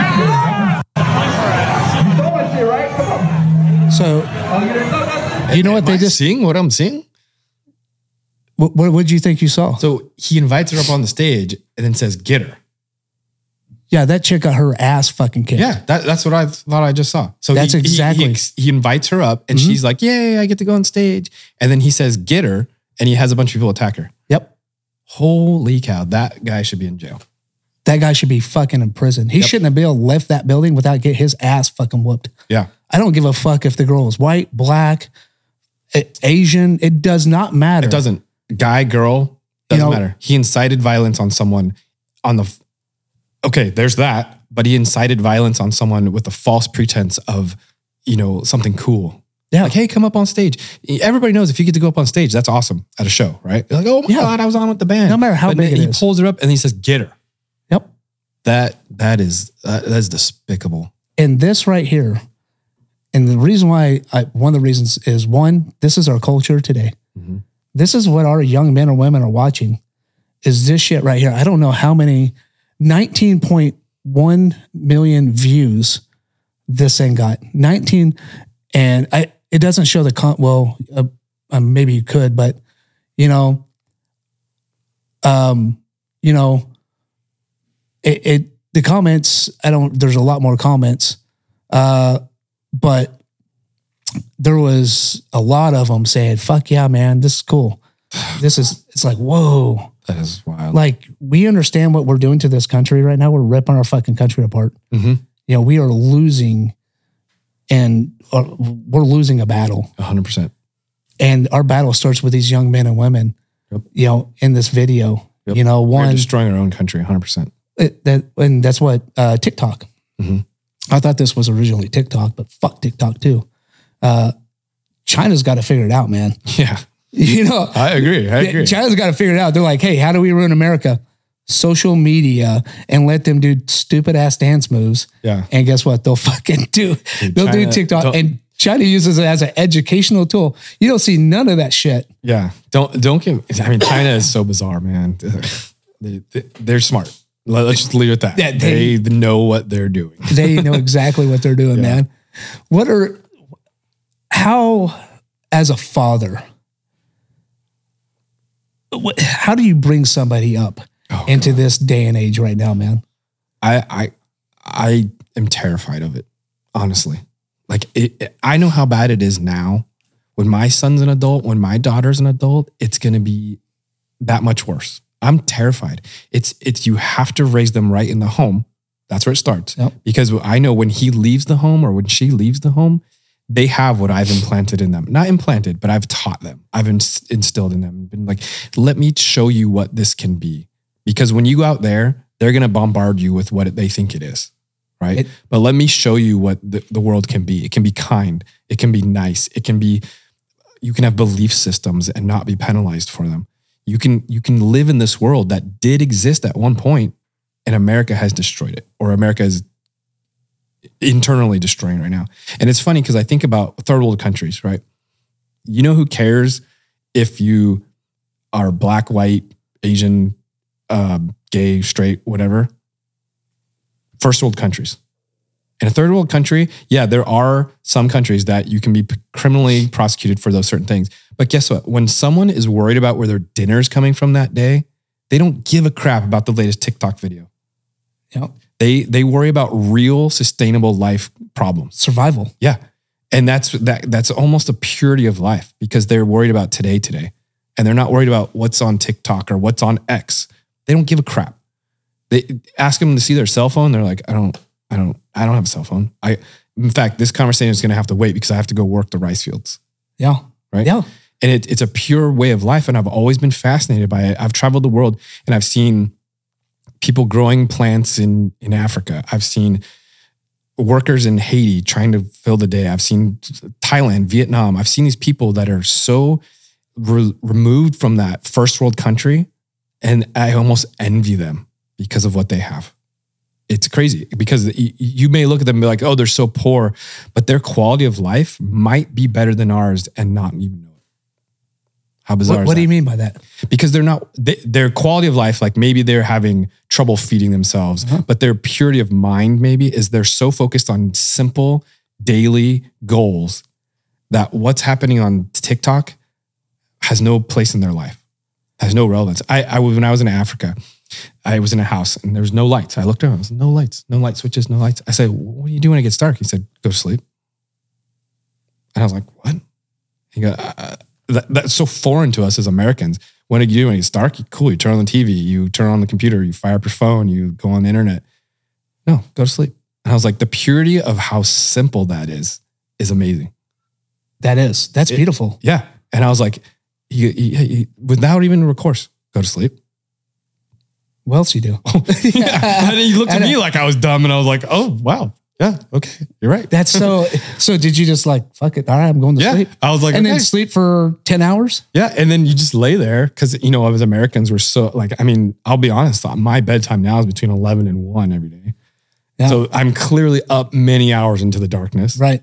Speaker 3: scared. You throwing shit, right? Come on.
Speaker 1: so
Speaker 3: Oh, you didn't know nothing?
Speaker 1: You know what
Speaker 2: Am
Speaker 1: they
Speaker 2: I
Speaker 1: just?
Speaker 2: seeing what I'm seeing?
Speaker 1: What What would you think you saw?
Speaker 2: So he invites her up on the stage and then says, get her.
Speaker 1: yeah, that chick got her ass fucking kicked.
Speaker 2: Yeah, that, that's what I thought I just saw. So
Speaker 1: That's
Speaker 2: he- he- he
Speaker 1: exactly- Mm-hmm.
Speaker 2: ex- He, invites her up, and she's like, "Yay, I get to go on stage!" And then he says, "Get her," and he has a bunch of people attack her.
Speaker 1: Yep.
Speaker 2: Holy cow! That guy should be in jail.
Speaker 1: That guy should be fucking in prison. He shouldn't have been able to left that building without get his ass fucking whooped.
Speaker 2: Yeah.
Speaker 1: I don't give a fuck if the girl is white, black, A- Asian. It does not matter.
Speaker 2: It doesn't. Guy, girl, doesn't
Speaker 1: know-
Speaker 2: matter. He incited violence on someone on the. f- Okay, there's that. But he incited violence on someone with a false pretense of, you know, something cool.
Speaker 1: Yeah.
Speaker 2: Like, hey, come up on stage. E, Everybody knows if you get to go up on stage, that's awesome at a show, right? You're like, oh my
Speaker 1: Yeah.
Speaker 2: God, I was on with the band.
Speaker 1: No matter how
Speaker 2: But
Speaker 1: big it
Speaker 2: He
Speaker 1: is.
Speaker 2: pulls her up and he says, get her.
Speaker 1: Yep.
Speaker 2: That, that is, that, that is despicable.
Speaker 1: And this right here, and the reason why I, one of the reasons is one, this is our culture today.
Speaker 2: Mhm.
Speaker 1: This is what our young men or women are watching. Is this shit right here? I don't know how many 19.1 million views this thing got. 19 and I it doesn't show the con well uh, uh, maybe you could but you know um you know it, it the comments i don't there's a lot more comments uh but there was a lot of them saying fuck yeah man this is cool this is it's like whoa
Speaker 2: That is wild.
Speaker 1: like we understand what we're doing to this country right now we're ripping our fucking country apart
Speaker 2: Mhm.
Speaker 1: you know we are losing and uh, we're losing a battle
Speaker 2: 100%.
Speaker 1: and our battle starts with these young men and women
Speaker 2: Yep.
Speaker 1: you know in this video
Speaker 2: Yep.
Speaker 1: you know
Speaker 2: We're
Speaker 1: one
Speaker 2: destroying our own country 100%.
Speaker 1: it, that and that's what uh, TikTok.
Speaker 2: Mhm.
Speaker 1: I thought this was originally TikTok, but fuck TikTok too. Uh, China's got to figure it out, man.
Speaker 2: [laughs]
Speaker 1: [laughs]
Speaker 2: Yeah.
Speaker 1: You know,
Speaker 2: I agree. I agree.
Speaker 1: China's got to figure it out. They're like, hey, how do we ruin America? Social media and let them do stupid ass dance moves.
Speaker 2: Yeah.
Speaker 1: And guess what? They'll fucking do. they'll do
Speaker 2: China-
Speaker 1: TikTok
Speaker 2: don't-
Speaker 1: and. China uses it as an educational tool. You don't see none of that shit.
Speaker 2: Yeah. Don't don't get. I mean, China is so bizarre, man. they, they, are smart. Let- Let's just leave it at that.
Speaker 1: Yeah, they-
Speaker 2: they, know what they're doing.
Speaker 1: They
Speaker 2: [laughs]
Speaker 1: know exactly what they're doing, man. What are how as a father? What, how do you bring somebody up
Speaker 2: Oh,
Speaker 1: into this day and age right now, man?
Speaker 2: I I I am terrified of it. Honestly, like it, it- I know how bad it is now. When my son's an adult, when my daughter's an adult, it's going to be that much worse. I'm terrified. It's it's you have to raise them right in the home. That's where it starts.
Speaker 1: Yep.
Speaker 2: Because I know when he leaves the home or when she leaves the home, they have what I've implanted in them. Not implanted, but I've taught them. I've ins- instilled in them. Been like, let me show you what this can be. Because when you go out there, they're going to bombard you with what they think it is. Right.
Speaker 1: It-
Speaker 2: but let me show you what the, the world can be. It can be kind. It can be nice. It can be, you can have belief systems and not be penalized for them. You can, you can live in this world that did exist at one point and America has destroyed it or America is internally destroying right now. And it's funny because I think about third world countries, right? You know who cares if you are black, white, Asian, um, gay, straight, whatever? First world countries. In a third world country, yeah, there are some countries that you can be p- criminally prosecuted for those certain things. But guess what? When someone is worried about where their dinner is coming from that day, they don't give a crap about the latest TikTok video.
Speaker 1: You know,
Speaker 2: They they worry about real sustainable life problems.
Speaker 1: survival.
Speaker 2: Yeah. And that's that that's almost a purity of life because they're worried about today today. And they're not worried about what's on TikTok or what's on X. They don't give a crap. They ask them to see their cell phone, they're like, I don't I don't I don't have a cell phone. I in fact, this conversation is going to have to wait because I have to go work the rice fields.
Speaker 1: Yeah.
Speaker 2: Right.
Speaker 1: Yeah.
Speaker 2: And it, it's a pure way of life. And I've always been fascinated by it. I've traveled the world and I've seen people growing plants in, in Africa. I've seen workers in Haiti trying to fill the day. I've seen Thailand, Vietnam. I've seen these people that are so re- removed from that first world country. And I almost envy them because of what they have. It's crazy because you- you may look at them and be like, oh, they're so poor, but their quality of life might be better than ours and not even know it. How bizarre
Speaker 1: What,
Speaker 2: is
Speaker 1: what
Speaker 2: that?
Speaker 1: do you mean by that?
Speaker 2: because they're not they, their quality of life like maybe they're having trouble feeding themselves but their purity of mind maybe is they're so focused on simple daily goals that what's happening on tiktok has no place in their life has no relevance i, I was when i was in africa i was in a house and there was no lights i looked around I was, no lights no light switches no lights i said what do you do when it gets dark he said go to sleep uh, and i was like what he goes, uh, that, that's so foreign to us as Americans. What do you do when it's dark? Cool. You turn on the TV, you turn on the computer, you fire up your phone, you go on the internet. No, go to sleep. And I was like, the purity of how simple that is is amazing.
Speaker 1: That is. That's
Speaker 2: It-
Speaker 1: beautiful.
Speaker 2: Yeah. And I was like, you, you- you- without even recourse, go to
Speaker 1: [laughs]
Speaker 2: sleep. [laughs]
Speaker 1: What else you do? [laughs]
Speaker 2: yeah. And he looked at
Speaker 1: I know.
Speaker 2: me like I was dumb, and I was like, "Oh wow, yeah, okay, you're right."
Speaker 1: That's so. so did you just like fuck it? All right, I'm going to
Speaker 2: yeah,
Speaker 1: sleep.
Speaker 2: I was like,
Speaker 1: and
Speaker 2: okay.
Speaker 1: then sleep for ten hours.
Speaker 2: yeah, and then you just lay there because you know, as Americans, we're so like, I mean, I'll be honest, uh, my bedtime now is between eleven and one every day,
Speaker 1: Yeah.
Speaker 2: so I'm clearly up many hours into the darkness.
Speaker 1: Right.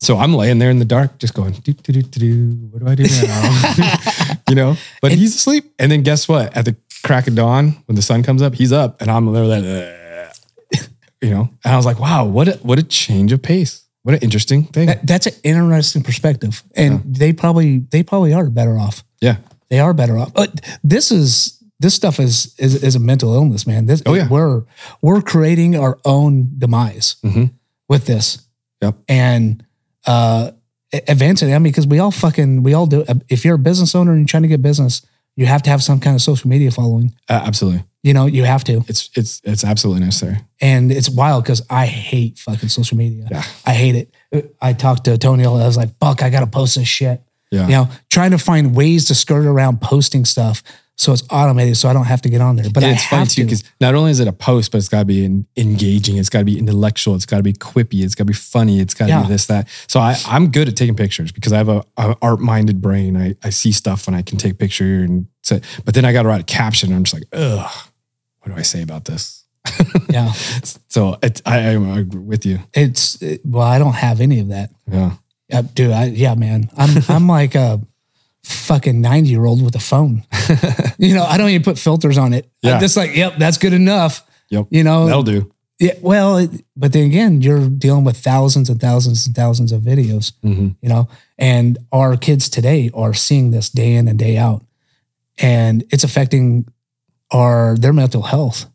Speaker 2: So I'm laying there in the dark, just going, do, do, do, do, do. what do I do
Speaker 1: [laughs]
Speaker 2: now? [laughs] you know, but he's asleep. And then guess what? At the crack of dawn, when the sun comes up, he's up and I'm there, like, [laughs] "Ugh." you know, and I was like, wow, what a, what a change of pace. What an interesting thing.
Speaker 1: That- that's an interesting perspective, and they probably they probably are better off.
Speaker 2: yeah.
Speaker 1: They are better off. But this is this stuff is is, is a mental illness, man. This,
Speaker 2: Oh, yeah.
Speaker 1: we're we're creating our own demise
Speaker 2: Mhm.
Speaker 1: with this.
Speaker 2: Yep.
Speaker 1: And uh, a- advancing. I mean, because we all fucking we all do. uh, If you're a business owner and you're trying to get business, you have to have some kind of social media following.
Speaker 2: Uh, absolutely.
Speaker 1: You know, you have to.
Speaker 2: It's, it's, it's absolutely necessary.
Speaker 1: And it's wild because I hate fucking social media.
Speaker 2: Yeah.
Speaker 1: I hate it. I talked to Tony. I was like, fuck, I got to post this shit.
Speaker 2: Yeah.
Speaker 1: You know, trying to find ways to skirt around posting stuff so it's automated so I don't have to get on there. But
Speaker 2: And
Speaker 1: I
Speaker 2: it's fun
Speaker 1: have
Speaker 2: too
Speaker 1: to.
Speaker 2: because not only is it a post, but it's got to be en- engaging. It's got to be intellectual. It's got to be quippy. It's got to be funny. It's got to
Speaker 1: Yeah.
Speaker 2: be this that. So I, I'm good at taking pictures because I have a, art minded brain. I, I see stuff and I can take picture and say, but then I got to write a caption. And I'm just like, ugh, what do I say about this?
Speaker 1: yeah,
Speaker 2: So it, I, am with you.
Speaker 1: it's it- well, I don't have any of that,
Speaker 2: Yeah,
Speaker 1: uh, dude. I, yeah, man,
Speaker 2: [laughs]
Speaker 1: I'm I'm like a fucking ninety year old with a
Speaker 2: [laughs]
Speaker 1: phone. you know, I don't even put filters on it.
Speaker 2: Yeah.
Speaker 1: I'm just like, yep, that's good enough.
Speaker 2: Yep.
Speaker 1: You know,
Speaker 2: that'll do.
Speaker 1: Yeah, well, it, but then again, you're dealing with thousands and thousands and thousands of videos,
Speaker 2: Mhm.
Speaker 1: you know, and our kids today are seeing this day in and day out, and it's affecting our their mental health.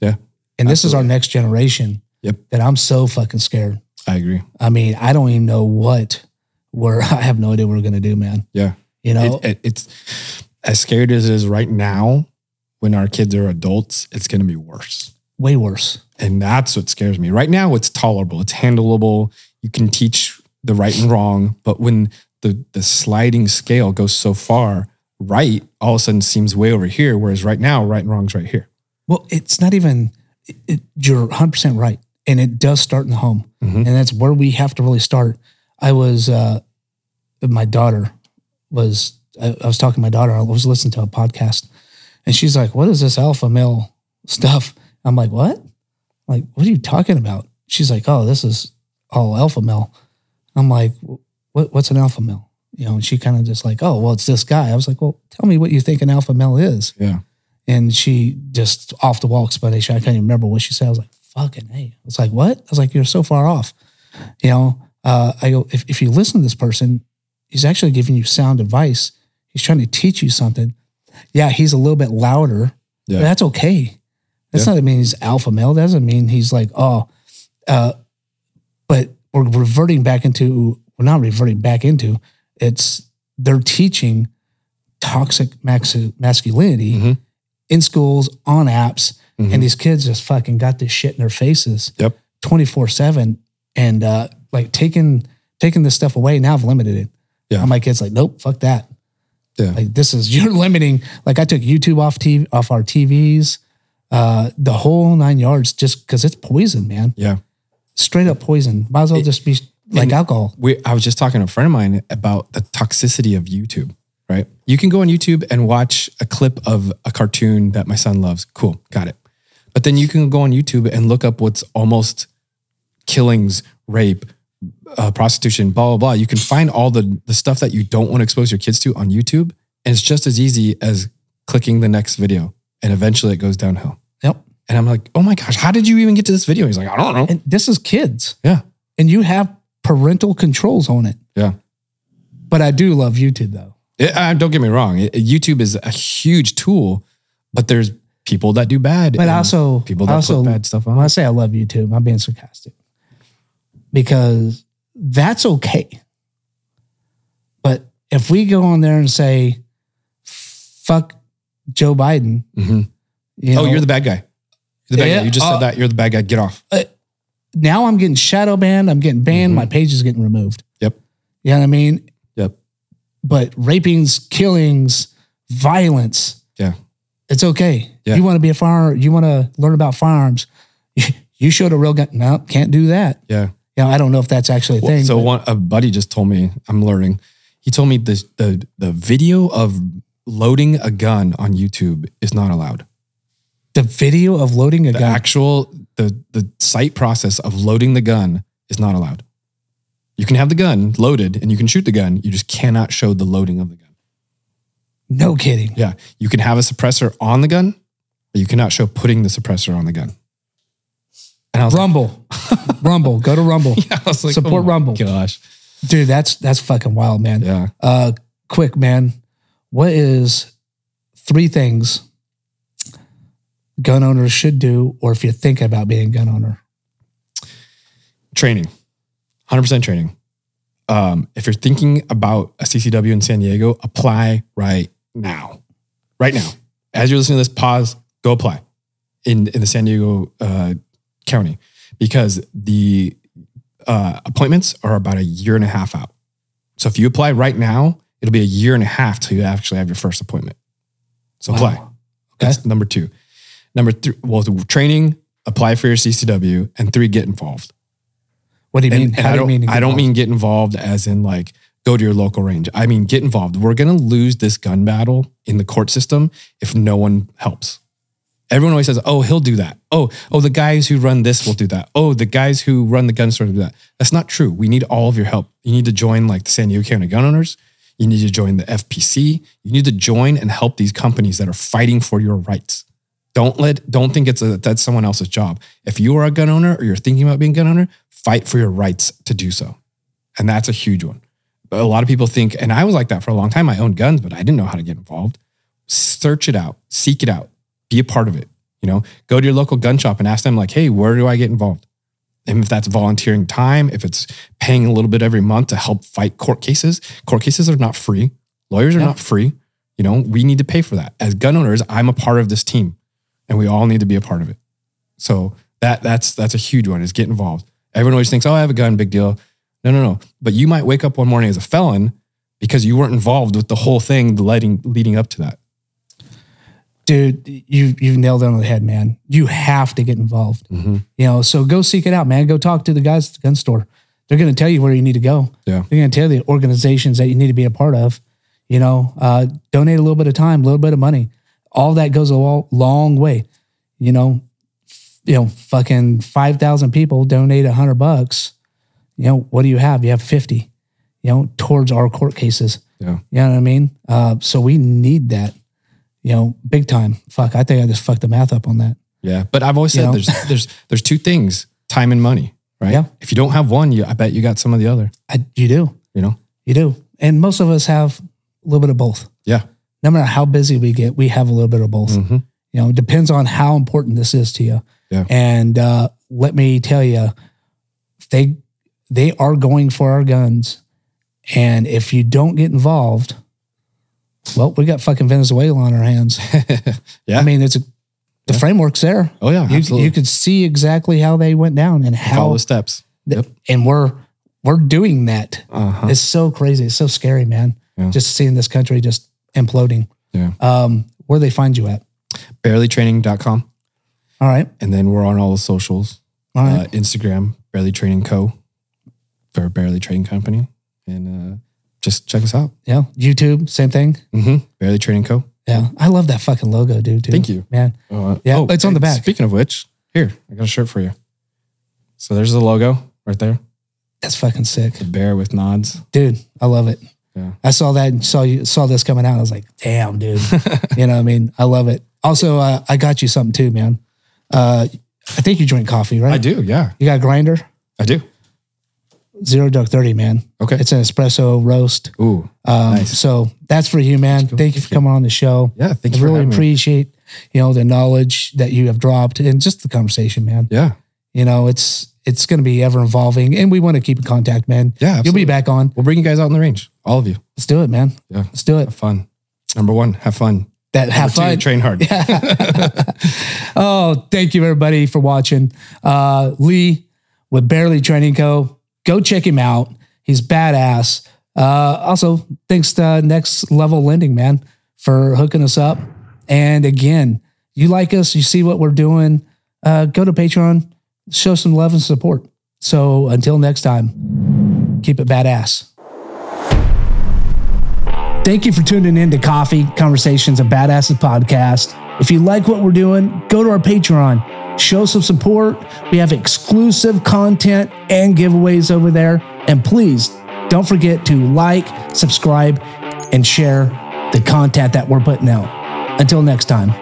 Speaker 2: Yeah,
Speaker 1: and this is our next generation.
Speaker 2: Yep.
Speaker 1: that I'm so fucking scared.
Speaker 2: I agree.
Speaker 1: I mean, I don't even know what we're. [laughs] I have no idea what we're gonna do, man.
Speaker 2: Yeah.
Speaker 1: You know,
Speaker 2: It, it, it's as scared as it is right now. When our kids are adults, it's going to be worse.
Speaker 1: way worse.
Speaker 2: And that's what scares me. Right now, it's tolerable, it's handleable. You can teach the right and wrong. But when the, the sliding scale goes so far, right all of a sudden seems way over here. Whereas right now, right and wrong's right here.
Speaker 1: Well, it's not even, it, it- you're 100% right. And it does start in the home.
Speaker 2: Mhm.
Speaker 1: And that's where we have to really start. I was, uh, my daughter was, I, I was talking to my daughter, I was listening to a podcast, and she's like, What is this alpha male stuff? I'm like, What? like, what are you talking about? She's like, oh, this is all alpha male. I'm like, what, what's an alpha male? You know, and she kind of just like, oh, well, it's this guy. I was like, well, tell me what you think an alpha male is.
Speaker 2: Yeah.
Speaker 1: And she just off the wall explanation. I can't even remember what she said. I was like, fucking hey. It's like, what? I was like, you're so far off. You know, uh, I go, if, if you listen to this person, he's actually giving you sound advice. He's trying to teach you something. Yeah, he's a little bit louder.
Speaker 2: Yeah.
Speaker 1: But that's okay. That's
Speaker 2: Yeah.
Speaker 1: not mean he's alpha male. That doesn't mean he's like, oh, uh, but we're reverting back into, we're not reverting back into, it's they're teaching toxic max- masculinity
Speaker 2: Mhm.
Speaker 1: in schools, on apps,
Speaker 2: Mhm.
Speaker 1: and these kids just fucking got this shit in their faces
Speaker 2: Yep.
Speaker 1: 24 7. And uh, like taking, taking this stuff away, now I've limited it.
Speaker 2: Yeah.
Speaker 1: And my kid's like, nope, fuck that.
Speaker 2: Yeah.
Speaker 1: Like this is [laughs] you're limiting. Like I took YouTube off TV off our TVs, uh, the whole nine yards, just because it's poison, man.
Speaker 2: Yeah.
Speaker 1: Straight up poison. Might as well just be like
Speaker 2: and-
Speaker 1: alcohol.
Speaker 2: we, I was just talking to a friend of mine about the toxicity of YouTube, right? You can go on YouTube and watch a clip of a cartoon that my son loves. Cool, got it. But then you can go on YouTube and look up what's almost killings, rape, uh, prostitution, blah, blah, blah. You can find all the, the stuff that you don't want to expose your kids to on YouTube. And it's just as easy as clicking the next video. And eventually it goes downhill.
Speaker 1: Yep.
Speaker 2: And I'm like, oh my gosh, how did you even get to this video? He's like, I don't know.
Speaker 1: And this is kids,
Speaker 2: Yeah.
Speaker 1: and you have parental controls on it.
Speaker 2: Yeah.
Speaker 1: But I do love YouTube though.
Speaker 2: It, uh, don't get me wrong. It- YouTube is a huge tool, but there's people that do bad.
Speaker 1: But
Speaker 2: and
Speaker 1: also,
Speaker 2: people that
Speaker 1: also,
Speaker 2: put bad stuff
Speaker 1: When I
Speaker 2: on.
Speaker 1: say I love YouTube, I'm being sarcastic because that's okay. But if we go on there and say, fuck Joe Biden. You
Speaker 2: Oh,
Speaker 1: know,
Speaker 2: you're the bad guy. You're the bad
Speaker 1: Yeah,
Speaker 2: guy. You just
Speaker 1: uh,
Speaker 2: said that. You're the bad guy. Get off.
Speaker 1: now I'm getting shadow banned. I'm getting
Speaker 2: Mm-hmm.
Speaker 1: banned. My page is getting removed.
Speaker 2: Yep.
Speaker 1: You know what I mean?
Speaker 2: Yep.
Speaker 1: But rapings, killings, violence,
Speaker 2: Yeah.
Speaker 1: it's okay.
Speaker 2: Yeah.
Speaker 1: You want to be a firearm, you want to learn about firearms. [laughs] You showed a real gun. No, can't do that.
Speaker 2: Yeah.
Speaker 1: You know, I don't know if that's actually a
Speaker 2: Well,
Speaker 1: thing.
Speaker 2: so
Speaker 1: but-
Speaker 2: one a buddy just told me I'm learning. He told me this the the video of loading a gun on YouTube is not allowed.
Speaker 1: the video of loading a
Speaker 2: The
Speaker 1: gun.
Speaker 2: actual the the sight process of loading the gun is not allowed. You can have the gun loaded and you can shoot the gun. You just cannot show the loading of the gun.
Speaker 1: no kidding.
Speaker 2: Yeah, you can have a suppressor on the gun, but you cannot show putting the suppressor on the gun. And I was
Speaker 1: Rumble, [laughs] Rumble, go to
Speaker 2: [laughs]
Speaker 1: Rumble,
Speaker 2: like, [laughs] I was like oh
Speaker 1: Support
Speaker 2: my
Speaker 1: Rumble."
Speaker 2: Gosh,
Speaker 1: dude. That's that's fucking wild, man.
Speaker 2: yeah.
Speaker 1: Uh, quick, man. What is three things gun owners should do, or if you're thinking about being a gun owner?
Speaker 2: training 100% training um, if you're thinking about a ccw in san diego apply right now right now as you're listening to this pause go apply in, in the san diego uh, county because the uh, appointments are about a year and a half out so if you apply right now it'll be a year and a half till you actually have your first appointment so apply that's number two number three well training apply for your ccw and three get involved
Speaker 1: What do you mean?
Speaker 2: and, and I don't,
Speaker 1: to get
Speaker 2: I don't
Speaker 1: involved?
Speaker 2: mean get involved as in like go to your local range. I mean get involved. We're gonna lose this gun battle in the court system if no one helps. Everyone always says, "Oh, he'll do that." Oh, oh, the guys who run this will do that. Oh, the guys who run the gun store will do that. That's not true. We need all of your help. You need to join like the San Diego County Gun Owners. You need to join the FPC. You need to join and help these companies that are fighting for your rights. Don't let don't think it's a, that's someone else's job. If you are a gun owner or you're thinking about being a gun owner, fight for your rights to do so. And that's a huge one. But a lot of people think, and I was like that for a long time. I owned guns, but I didn't know how to get involved. Search it out, seek it out, be a part of it. You know, go to your local gun shop and ask them, like, hey, where do I get involved? And if that's volunteering time, if it's paying a little bit every month to help fight court cases, court cases are not free. Lawyers are not free. You know, we need to pay for that. As gun owners, I'm a part of this team and we all need to be a part of it. So that that's that's a huge one is get involved. Everyone always thinks, oh, I have a gun, big deal. No, no, no. But you might wake up one morning as a felon because you weren't involved with the whole thing leading leading up to that.
Speaker 1: dude, you you've nailed it on the head, man. You have to get involved.
Speaker 2: Mm-hmm.
Speaker 1: You know, so go seek it out, man. Go talk to the guys at the gun store. They're going to tell you where you need to go.
Speaker 2: Yeah.
Speaker 1: They're going to tell you the organizations that you need to be a part of. You know, uh, donate a little bit of time, a little bit of money. All that goes a long, long way. You know, you know, fucking five thousand people donate a hundred bucks. You know, what do you have? You have fifty. You know, towards our court cases.
Speaker 2: Yeah.
Speaker 1: You know what I mean? Uh, so we need that you know, big time. Fuck, I think I just fucked the math up on that.
Speaker 2: Yeah. But I've always said
Speaker 1: You know?
Speaker 2: there's there's there's two things, time and money, right?
Speaker 1: Yeah.
Speaker 2: If you don't have one, you I bet you got some of the other,
Speaker 1: I, you do,
Speaker 2: you know?
Speaker 1: you do, and most of us have a little bit of both.
Speaker 2: Yeah.
Speaker 1: No matter how busy we get, we have a little bit of both.
Speaker 2: Mhm.
Speaker 1: You know, it depends on how important this is to you.
Speaker 2: Yeah.
Speaker 1: And uh, let me tell you, they they are going for our guns, and if you don't get involved, well, we got fucking Venezuela on our hands. [laughs]
Speaker 2: Yeah.
Speaker 1: I mean, it's a, the framework's there.
Speaker 2: oh yeah.
Speaker 1: You,
Speaker 2: absolutely.
Speaker 1: you could see exactly how they went down and how
Speaker 2: follow the steps.
Speaker 1: Th- and we're we're doing that.
Speaker 2: Uh-huh.
Speaker 1: It's so crazy. It's so scary, man.
Speaker 2: Yeah.
Speaker 1: Just seeing this country just imploding.
Speaker 2: Yeah.
Speaker 1: Um, where they find you at?
Speaker 2: Barelytraining.com.
Speaker 1: All right.
Speaker 2: And then we're on all the socials.
Speaker 1: All right.
Speaker 2: uh, Instagram, Barely Training Co. for Barely Training Company, and uh, just check us out.
Speaker 1: yeah. YouTube, same thing.
Speaker 2: hmm Barely Training Co.
Speaker 1: Yeah. I love that fucking logo, dude. dude.
Speaker 2: Thank you.
Speaker 1: man.
Speaker 2: Uh,
Speaker 1: Yeah, it's on the back.
Speaker 2: Speaking of which, here I got a shirt for you. So there's the logo right there,
Speaker 1: That's fucking sick,
Speaker 2: the bear with nods.
Speaker 1: dude. I love it.
Speaker 2: Yeah.
Speaker 1: I saw that and saw you saw this coming out. I was like, damn,
Speaker 2: [laughs]
Speaker 1: dude. you know, what I mean, I love it. Also, uh, I got you something too, man. Uh, I think you drink coffee, right?
Speaker 2: I do. Yeah,
Speaker 1: You got a grinder,
Speaker 2: I do.
Speaker 1: zero dark thirty, man.
Speaker 2: Okay.
Speaker 1: It's an espresso roast.
Speaker 2: Ooh,
Speaker 1: Um,
Speaker 2: nice.
Speaker 1: So that's for you, man. Thank you for coming on the show.
Speaker 2: Yeah, thank
Speaker 1: I
Speaker 2: you for
Speaker 1: really
Speaker 2: having me.
Speaker 1: appreciate you know the knowledge that you have dropped and just the conversation, man.
Speaker 2: Yeah,
Speaker 1: You know, it's it's going to be ever evolving, and we want to keep in contact, man. you'll
Speaker 2: Yeah,
Speaker 1: be
Speaker 2: absolutely.
Speaker 1: back on.
Speaker 2: we'll bring you guys out in the range, all of you.
Speaker 1: Let's do it, man.
Speaker 2: Yeah.
Speaker 1: Let's do it.
Speaker 2: Have fun. Number one, have fun.
Speaker 1: that have
Speaker 2: Two,
Speaker 1: fun. [laughs]
Speaker 2: train hard.
Speaker 1: Oh, thank you everybody for watching. Uh, Lee with Barely Training Co. Go check him out. He's badass. Uh, also, thanks to Next Level Lending, man, for hooking us up. And again, you like us, you see what we're doing, uh, go to Patreon, show some love and support. So until next time, keep it badass. Thank you for tuning in to Coffee Conversations, a badasses podcast. If you like what we're doing, go to our Patreon, show some support. We have exclusive content and giveaways over there. And please don't forget to like, subscribe, and share the content that we're putting out. Until next time.